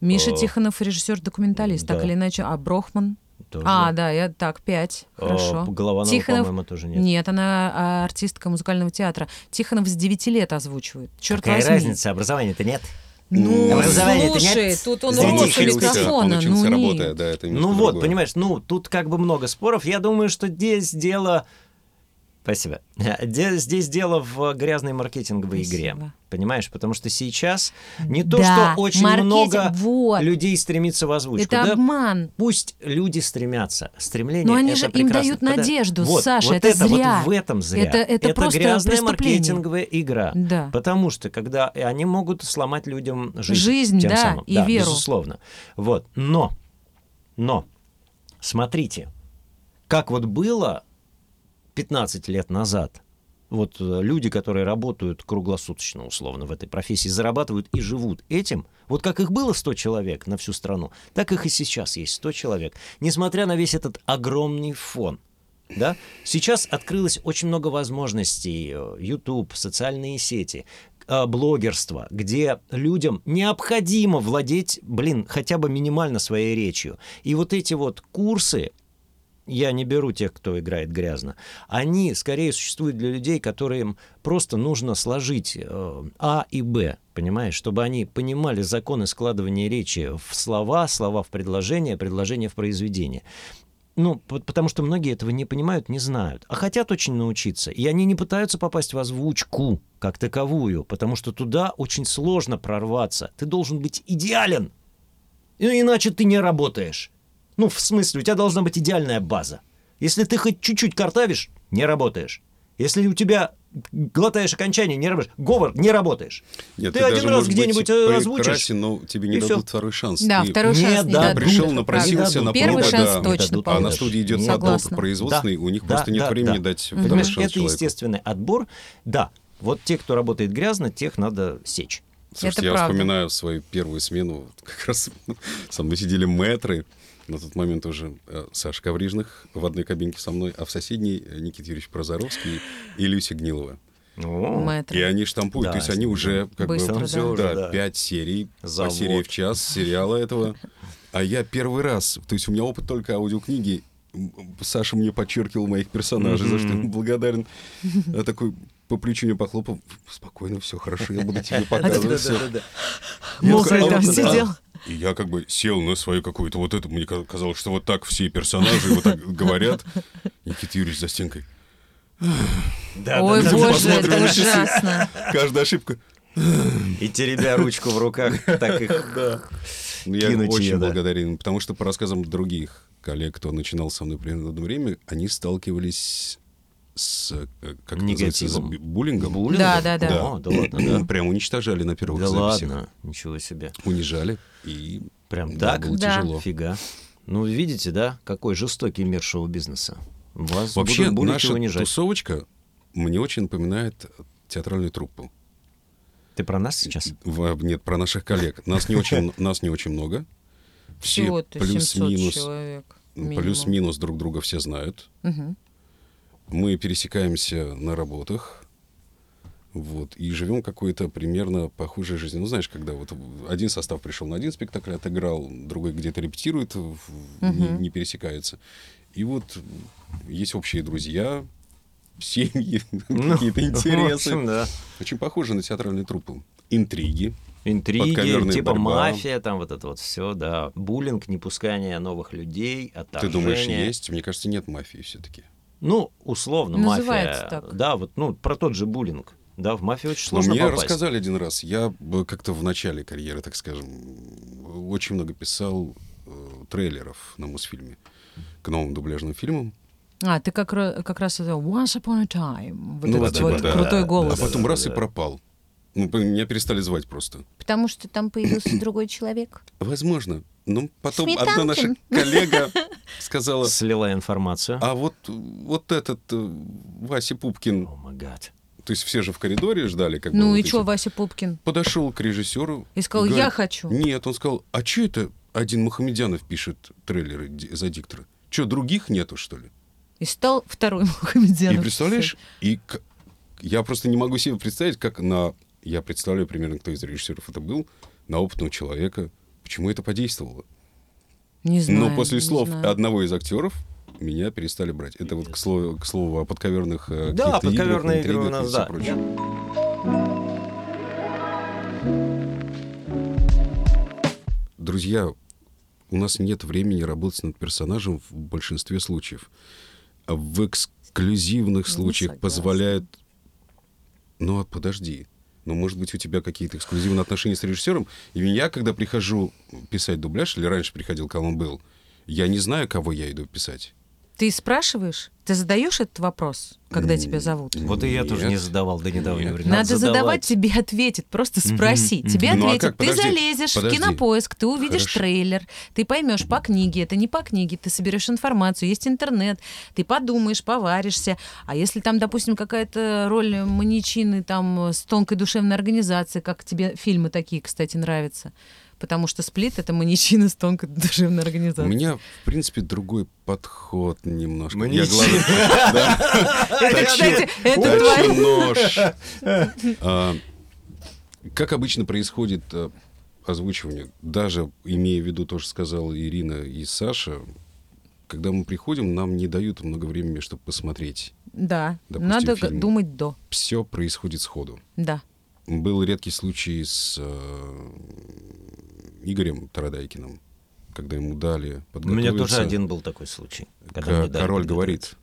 Миша Э, Тихонов, режиссер-документалист, так да. или иначе. А Брохман? тоже. А, да, я так, пять. А, Хорошо. Голованова, Тихонов. по-моему, тоже нет. Нет. она а, артистка музыкального театра. Тихонов с 9 лет озвучивает. Черт Какая возьми. разница, образования-то нет. Ну, Образования-то нет. слушай, тут он Здесь рос у учился, микрофона. он учился, ну, нет. работая, да, это Ну немножко вот, другое. понимаешь, ну тут как бы много споров. Я думаю, что здесь дело... Спасибо. Де- Здесь дело в грязной маркетинговой игре. Спасибо. Понимаешь, потому что сейчас не то, Да, что очень маркетинг, много вот. людей стремится в озвучку. Это да? обман. Пусть люди стремятся. Стремление Но они это же им прекрасно. дают Подо- надежду, вот, Саша, вот это вот зря. в этом зря. Это- это просто грязная преступление. маркетинговая игра. Да. Потому что когда и они могут сломать людям жизнь. Жизнь, тем да, самым. и веру. Безусловно. Вот. Но, но, смотрите, как вот было 15 лет назад, вот э, люди, которые работают круглосуточно, условно, в этой профессии, зарабатывают и живут этим, вот как их было 100 человек на всю страну, так их и сейчас есть 100 человек, несмотря на весь этот огромный фон. Да? Сейчас открылось очень много возможностей. э, YouTube, социальные сети, э, блогерство, где людям необходимо владеть, блин, хотя бы минимально своей речью. И вот эти вот курсы, я не беру тех, кто играет грязно, они скорее существуют для людей, которым просто нужно сложить э, А и Б, понимаешь, чтобы они понимали законы складывания речи в слова, слова в предложения, предложения в произведение. Ну, потому что многие этого не понимают, не знают, а хотят очень научиться. И они не пытаются попасть в озвучку как таковую, потому что туда очень сложно прорваться. Ты должен быть идеален, иначе ты не работаешь. Ну, в смысле, у тебя должна быть идеальная база. Если ты хоть чуть-чуть картавишь, не работаешь. Если у тебя глотаешь окончание, не работаешь. Говор, не работаешь. Нет, ты, один даже, раз может быть, где-нибудь э, прекрасен, озвучишь. но тебе не и дадут всё. второй шанс. Да, Ты второй шанс не дадут. дадут. Пришел, Правда. напросился, Не на дадут. Первый пробу, шанс да. точно Дадут. А на Конечно. студии идет Не поток согласна. производственный, Да, у них да, просто нет да, времени да. дать Понимаешь, второй шанс это человеку. естественный отбор. Да, вот те, кто работает грязно, тех надо сечь. Слушайте, Это я правда. вспоминаю свою первую смену, вот как раз со мной сидели мэтры, на тот момент уже э, Саша Коврижных в одной кабинке со мной, а в соседней э, Никита Юрьевич Прозоровский и Люся Гнилова. Мэтр. И они штампуют, Да, то есть они уже как Быстро, бы да. всё, Уже, да, да. пять серий, Завод. по серии в час сериала этого. А я первый раз, то есть у меня опыт только аудиокниги. М, Саша мне подчеркивал моих персонажей, за что ему благодарен. Я такой по плечу не похлопал. Спокойно, все хорошо, я буду тебе показывать все. Мокрый Я там сказал, «А вот сидел. так». И я как бы сел на свою какую-то вот эту, мне ка- казалось, что вот так все персонажи вот так говорят. Никита Юрьевич за стенкой. Ой, да, да. боже, Посмотрим это на часы. ужасно. Каждая ошибка. И теребя ручку в руках, так их... Ну, я Кинуть очень её, да. благодарен, потому что по рассказам других коллег, кто начинал со мной примерно в одно время, они сталкивались с э, как это называется, с Негативом. бу- буллингом. Да, да, да. О, да ладно, да. Прям уничтожали на первых Да записях. ладно, ничего себе. Унижали. И Прям да, так? было Да. тяжело. Фига. Ну, видите, да, какой жестокий мир шоу-бизнеса. Вас Вообще, будут булить и наша унижать. тусовочка мне очень напоминает театральную труппу. Ты про нас сейчас? В- нет, про наших коллег. Нас не очень, нас не очень много. Все Всего-то 700 плюс-минус Ну, человек. минимум. плюс-минус друг друга все знают. Мгм. мы пересекаемся на работах, вот, и живем какой-то примерно похожей жизнью. Ну, знаешь, когда вот один состав пришел на один спектакль, отыграл, другой где-то репетирует, в- не, не пересекается. И вот есть общие друзья, семьи, какие-то Ну, в общем, интересы. да. Очень похоже на театральные труппы. Интриги. Интриги, Подковерная типа борьба. мафия, там вот это вот все, да. Буллинг, непускание новых людей, а Ты отторжение. думаешь, есть? Мне кажется, нет мафии все-таки. Ну, условно, Называется мафия. так. Да, вот, ну, про тот же буллинг. Да, в мафию очень Ну, сложно мне попасть. рассказали один раз. Я бы как-то в начале карьеры, так скажем, очень много писал э, трейлеров на Мосфильме к новым дубляжным фильмам. А, ты как, ра- как раз это Once Upon a Time. Вот Ну, этот да, вот да, крутой да, голос. а потом да, раз да. и пропал. Ну, по- меня перестали звать просто. Потому что там появился другой человек. Возможно. Ну, потом одна наша Сметанкин. коллега сказала, Слила информацию. а вот, вот этот э, Вася Пупкин, О, май гад. то есть все же в коридоре ждали. Как бы, Ну вот и эти. что, Вася Пупкин? Подошел к режиссеру. И сказал, говорит, я хочу. Нет, он сказал, а что это один Мухамедянов пишет трейлеры ди- за диктора? Что, других нету, что ли? И стал второй Мухаммедянов. и представляешь, и к- я просто не могу себе представить, как на... Я представляю примерно, кто из режиссеров это был, на опытного человека, почему это подействовало. Не знаю. Но Ну, после не слов знаю. одного из актеров меня перестали брать. Это вот к слову, к слову о подковерных э, Да, каких-то играх, подковерные игры у интригах и нас, всё да. прочее. друзья, у нас нет времени работать над персонажем в большинстве случаев. А В эксклюзивных случаях согласна. позволяет... Ну, а подожди. Ну, может быть, у тебя какие-то эксклюзивные отношения с режиссером? И я, когда прихожу писать дубляж, или раньше приходил, когда он был, я не знаю, кого я иду писать. Ты спрашиваешь? Ты задаешь этот вопрос, когда тебя зовут? Вот и я тоже не Нет. задавал до недавнего Нет. времени. Надо, задавать. тебе ответит, просто спроси. Тебе Ну, а ответит. как? Ты Подожди, залезешь подожди. в кинопоиск, ты увидишь Хорошо. трейлер, ты поймешь по книге, это не по книге, ты соберешь информацию, есть интернет, ты подумаешь, поваришься. А если там, допустим, какая-то роль маньячины там э, с тонкой душевной организацией, как тебе фильмы такие, кстати, нравятся, потому что сплит — это маньячина с тонкой душевной У организацией. меня, в принципе, другой подход немножко. Мне Я, ничего. главное, да, Это, кстати, это Точно твоя- нож. А, Как обычно происходит э, озвучивание, даже имея в виду то, что сказала Ирина и Саша, когда мы приходим, нам не дают много времени, чтобы посмотреть. Да, Допустим, надо фильм. думать до. Все происходит сходу. Да. Был редкий случай с э, Игорем Тарадайкиным, когда ему дали У меня тоже подготовиться. один был такой случай. когда Ко- мне дали король подготовиться. говорит.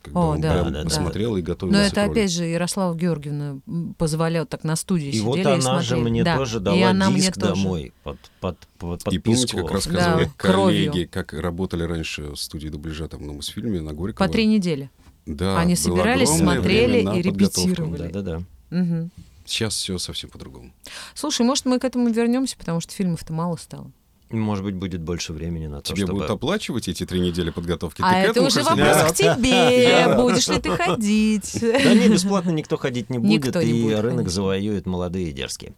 Когда О, он да, прям да, да. посмотрел и готовился Но это к роли. опять же Ярослава Георгиевна м, позволяла так на студии И сидели вот и она же смотрели. мне Да. тоже И дала она мне диск тоже. домой под, под, под И помните, подписку. как рассказывали Да, коллеги, кровью. как работали раньше в студии дубляжа там на Мосфильме, на Горького. По три недели. Да, Они было собирались, огромное смотрели время на и подготовку. репетировали. Да, да, да. Мгм. Сейчас все совсем по-другому. Слушай, может, мы к этому вернемся, потому что фильмов-то мало стало. Может быть, будет больше времени на то, Тебе чтобы... будут оплачивать эти три недели подготовки? а Ты к это этому уже как раз- вопрос Да. к тебе. Будешь ли ты ходить? Да не, бесплатно никто ходить не будет, Никто и не будет, рынок конечно. завоюет молодые и дерзкие.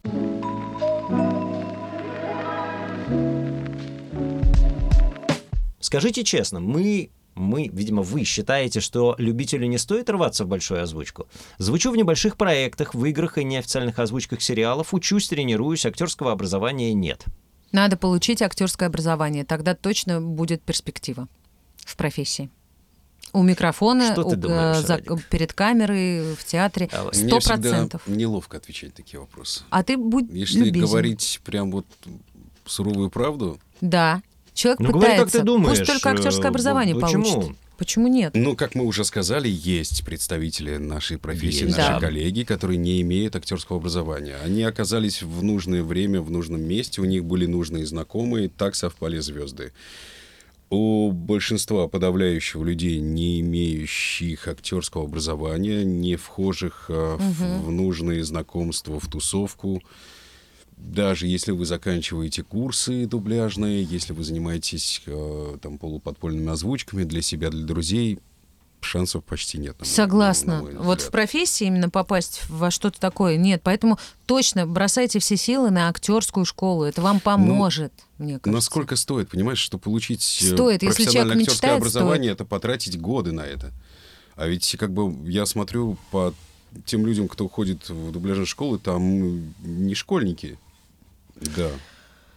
Скажите честно, мы, мы, видимо, вы считаете, что любителю не стоит рваться в большую озвучку? Звучу в небольших проектах, в играх и неофициальных озвучках сериалов, учусь, тренируюсь, актерского образования нет. Надо получить актерское образование, тогда точно будет перспектива в профессии. У микрофона, Что ты у, э, думаешь, за- Радик? перед камерой, в театре. Давай. Сто Мне всегда процентов. неловко отвечать на такие вопросы. А ты будь Если любезен. говорить прям вот суровую правду, Да. Человек Ну, говори, пытается. как ты думаешь, Пусть только э, актерское образование почему? получит. Почему нет? ну, как мы уже сказали, есть представители нашей профессии, Есть, наши да. коллеги, которые не имеют актерского образования. Они оказались в нужное время, в нужном месте, у них были нужные знакомые, так совпали звезды. У большинства подавляющего людей, не имеющих актерского образования, не вхожих э, в- в нужные знакомства, в тусовку, даже если вы заканчиваете курсы дубляжные, если вы занимаетесь э, там полуподпольными озвучками для себя, для друзей, шансов почти нет. на мой- на Согласна. мой Вот в взгляд. профессии именно попасть во что-то такое нет. Поэтому точно бросайте все силы на актерскую школу. Это вам поможет, мне кажется. Ну, Насколько стоит, понимаешь, что получить э, Стоит, если профессиональное человек актерское мечтает, образование, это потратить годы на это. А ведь как бы я смотрю по тем людям, кто ходит в дубляжные школы, там не школьники. Да.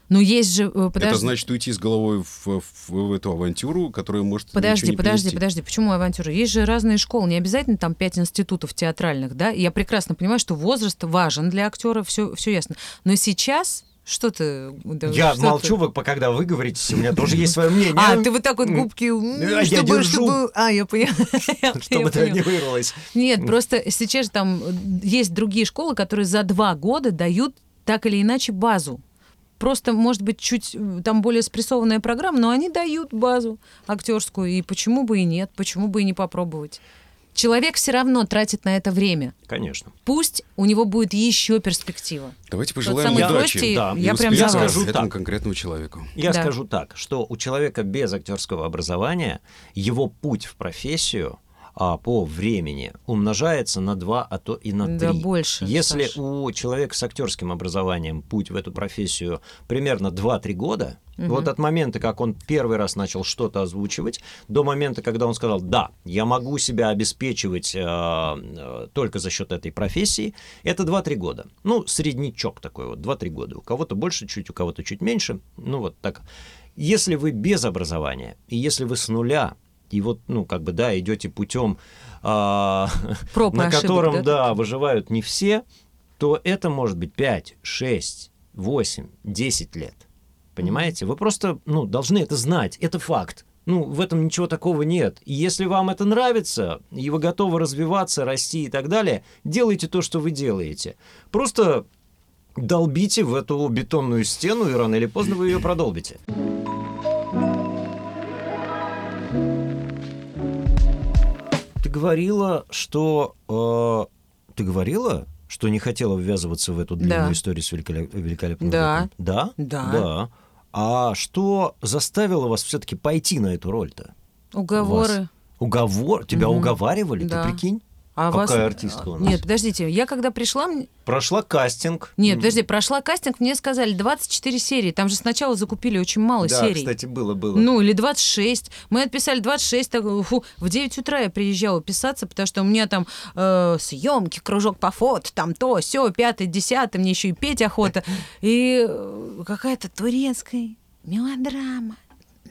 Ну есть же... э, Это подожди. значит уйти с головой в, в- в эту авантюру, которая может Подожди, ничего не подожди, принести. подожди. Почему авантюра? Есть же разные школы, не обязательно там пять институтов театральных, да? И Я прекрасно понимаю, что возраст важен для актера, все, все ясно. Но сейчас что ты? да, Я что молчу, ты? вы, по- когда вы говорите, у меня тоже есть свое мнение. А, ты вот так вот губки... м, Я чтобы- держу. чтобы- А, я поняла. Я Чтобы это поняла. не вырвалось. Нет, просто сейчас же там э, есть другие школы, которые за два года дают так или иначе базу. Просто, может быть, чуть э, там более спрессованная программа, но они дают базу актерскую. И почему бы и нет, почему бы и не попробовать? Человек все равно тратит на это время. Конечно. Пусть у него будет еще перспектива. Давайте Вот пожелаем самые удачи. гости, да, я и прям успеха за вас. скажу этому так. конкретному человеку. Я Да. скажу так, что у человека без актерского образования его путь в профессию а, по времени умножается на 2, а то и на 3. Да, больше, Если Саша. у человека с актерским образованием путь в эту профессию примерно 2-3 года, вот от момента, как он первый раз начал что-то озвучивать, до момента, когда он сказал, да, я могу себя обеспечивать э, э, только за счет этой профессии, это 2-3 года. Ну, среднячок такой вот, 2-3 года. У кого-то больше чуть, у кого-то чуть меньше. Ну, вот так. Если вы без образования, и если вы с нуля, и вот, ну, как бы, да, идете путем, а, Проб и на ошибок, котором, да? да, выживают не все, то это может быть 5, 6, 8, 10 лет. Понимаете? Вы просто, ну, должны это знать. Это факт. Ну, в этом ничего такого нет. И если вам это нравится, и вы готовы развиваться, расти и так далее, делайте то, что вы делаете. Просто долбите в эту бетонную стену, и рано или поздно вы ее продолбите. Ты говорила, что... э, ты говорила, что не хотела ввязываться в эту длинную Да. историю с великоле- великолепным Да. веком? Да? Да. Да. А что заставило вас все-таки пойти на эту роль-то? Уговоры. Вас. Уговор? Тебя Мгм. уговаривали? Да. Ты прикинь? А Какая вас... артистка у нас? Нет, подождите, я когда пришла, мне- Прошла кастинг. Нет, подожди, прошла кастинг, мне сказали 24 серии. Там же сначала закупили очень мало да, серий. кстати, было, было. Ну, или 26. Мы отписали 26. Так, фу, в 9 утра я приезжала писаться, потому что у меня там э, съемки, кружок по фото, там то, все, 5 10 мне еще и петь охота. И э, какая-то турецкая мелодрама.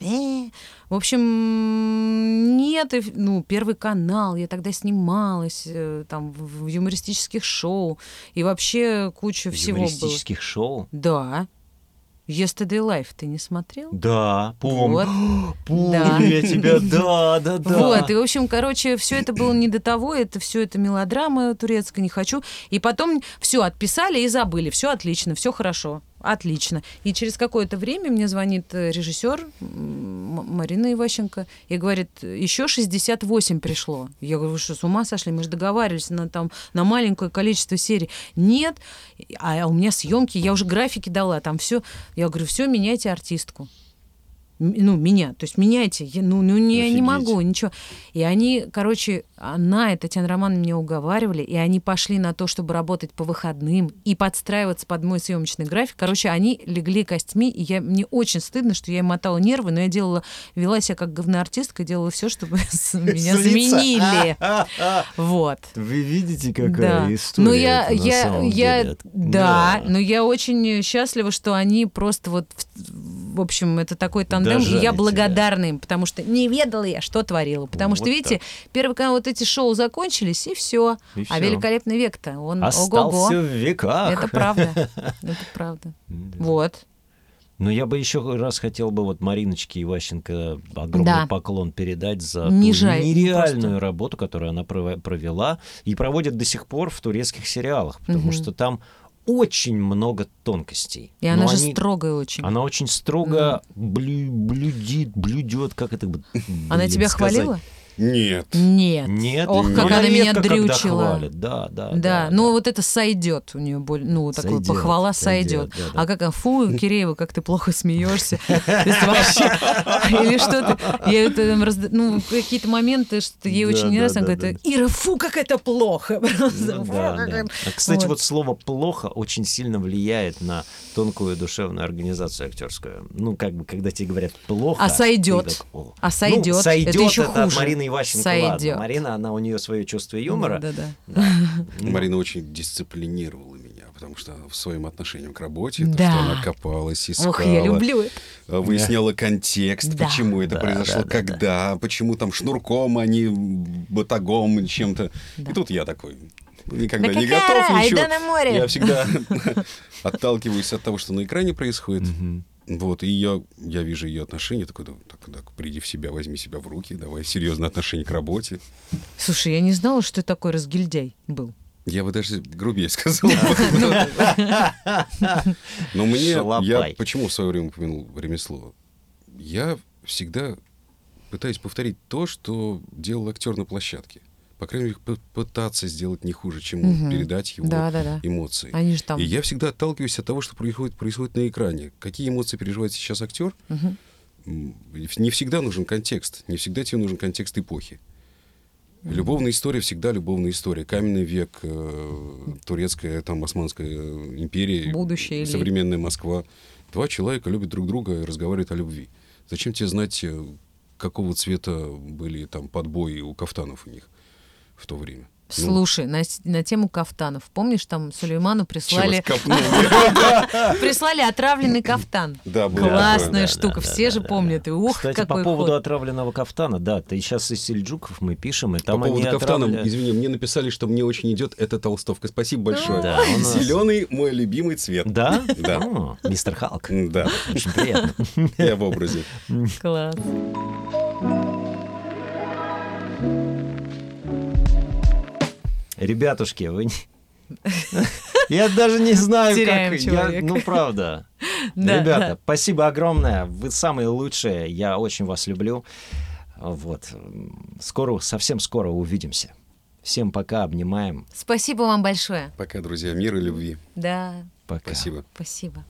Э. В общем, нет, и ф- ну, Первый канал, я тогда снималась э, там в в юмористических шоу, и вообще куча всего было. Юмористических шоу. Да. Yesterday Life ты не смотрел? Да, помню. Вот. Помню Да. я тебя, да, да, да. Вот, и, в общем, короче, все это было не до того, это все это мелодрама турецкая, не хочу. И потом все отписали и забыли, все отлично, все хорошо, отлично. И через какое-то время мне звонит э, режиссер м, М- Марина Иващенко и говорит, еще 68 пришло. Я говорю, вы что, с ума сошли? Мы же договаривались на, там, на маленькое количество серий. Нет, а у меня съемки, я уже графики дала, там все. Я говорю, все, меняйте артистку. М- ну, меня, то есть меняйте, я, ну, ну не, я не Офигеть. могу, ничего. И они, короче, она и Татьяна Романовна меня уговаривали, и они пошли на то, чтобы работать по выходным и подстраиваться под мой съемочный график. Короче, они легли костьми, и я, мне очень стыдно, что я им мотала нервы, но я делала, вела себя как говноартистка, делала все, чтобы с- меня Злиться. заменили. А, а, а. Вот. Вы видите, Да. какая история. Но я, это на я, самом я, деле. да, ну, но я очень счастлива, что они просто вот, в- в общем, это такой тандем, Дожали и я тебя. благодарна им, потому что не ведала я, что творила, потому что Вот видите, первый канал вот эти шоу закончились и все, И а всё. великолепный век-то он ого-го, Остался в веках. это правда, это правда, вот. Но я бы еще раз хотел бы вот Мариночке Иващенко огромный Да. поклон передать за Не ту жаль, нереальную просто. работу, которую она пров- провела и проводит до сих пор в турецких сериалах, потому Мгм. что там очень много тонкостей. И она Но же Ну, они- строгая очень. Она очень строго блю- блюдит, блюдет, как это бы, ну. Она блин, тебя сказать? хвалила? Нет. Нет. Нет. Ох, но как она меня редко когда дрючила. хвалит, Да, А, да. Да, ну вот это сойдет у нее боль, ну вот такое Сойдет, похвала сойдет, сойдет. да, да. А как а, фу, Киреева, как ты плохо смеешься, То есть вообще, или что-то. Я это, там разд- ну какие-то моменты, что ей Да, очень не да, нравится, она да, говорит, Ира, фу, как это плохо. Просто, Ну фу, да, как да. это». А, Кстати, вот. Вот. слово плохо очень сильно влияет на тонкую душевную организацию актерскую. Ну, как бы, когда тебе говорят плохо. А сойдет. ты так, «О». А сойдет, Ну, это сойдет еще это от хуже. Марины Иващенко. Сойдет. Ладно. Марина, она у нее свое чувство юмора. Да, да. Ну, Марина очень дисциплинировала меня, потому что в своем отношении к работе, то, Да. что она копалась, искала, Ох, я люблю это. выясняла Э, контекст, Да. почему это Да, произошло, да, да, когда, почему там шнурком, а не батагом, чем-то. Да. И тут я такой ну, никогда Да не какая готов ра- ничего. айда на море. Я всегда отталкиваюсь от того, что на экране происходит. мгм. Вот, и я, я вижу ее отношение, такой, «Да, так, так, приди в себя, возьми себя в руки, давай серьезное отношение к работе. Слушай, я не знала, что ты такой разгильдяй был. Я бы даже грубее сказал. Но мне... Шалопай. Я почему в свое время упомянул ремесло? Я всегда пытаюсь повторить то, что делал актер на площадке. По крайней мере, п- пытаться сделать не хуже, чем он, Мгм. передать его Да, да, да. эмоции. Они же там. И я всегда отталкиваюсь от того, что происходит, происходит на экране. Какие эмоции переживает сейчас актер? Мгм. М, Не всегда нужен контекст. Не всегда тебе нужен контекст эпохи. Любовная история всегда любовная история. Каменный век, э, турецкая, там, Османская э, империя, Будущее или- современная Москва. Два человека любят друг друга и разговаривают о любви. Зачем тебе знать, э, какого цвета были там подбои у кафтанов у них в то время? Ну, Слушай, на, с- на тему кафтанов. Помнишь, там Сулейману чего прислали, скопнул? прислали отравленный кафтан? Да, было такое. Классная Да, да, штука, да, все да, же да, помнят. да. И ух, Кстати, какой по поводу ход. отравленного кафтана, да, ты сейчас из Сельджуков мы пишем, и там По поводу они кафтана, отравля- извини, мне написали, что мне очень идет эта толстовка. Спасибо большое. Да, у нас- Зеленый мой любимый цвет. Да? Да. О, мистер Халк. Да, Очень приятно. я в образе. Класс. Ребятушки, вы... не- Я даже не знаю, Теряем как... я- человека. Ну, правда. Да, Ребята, да. спасибо огромное. Вы самые лучшие. Я очень вас люблю. Вот. Скоро, совсем скоро увидимся. Всем пока, обнимаем. Спасибо вам большое. Пока, друзья, мира и любви. Да, Пока. Спасибо. спасибо.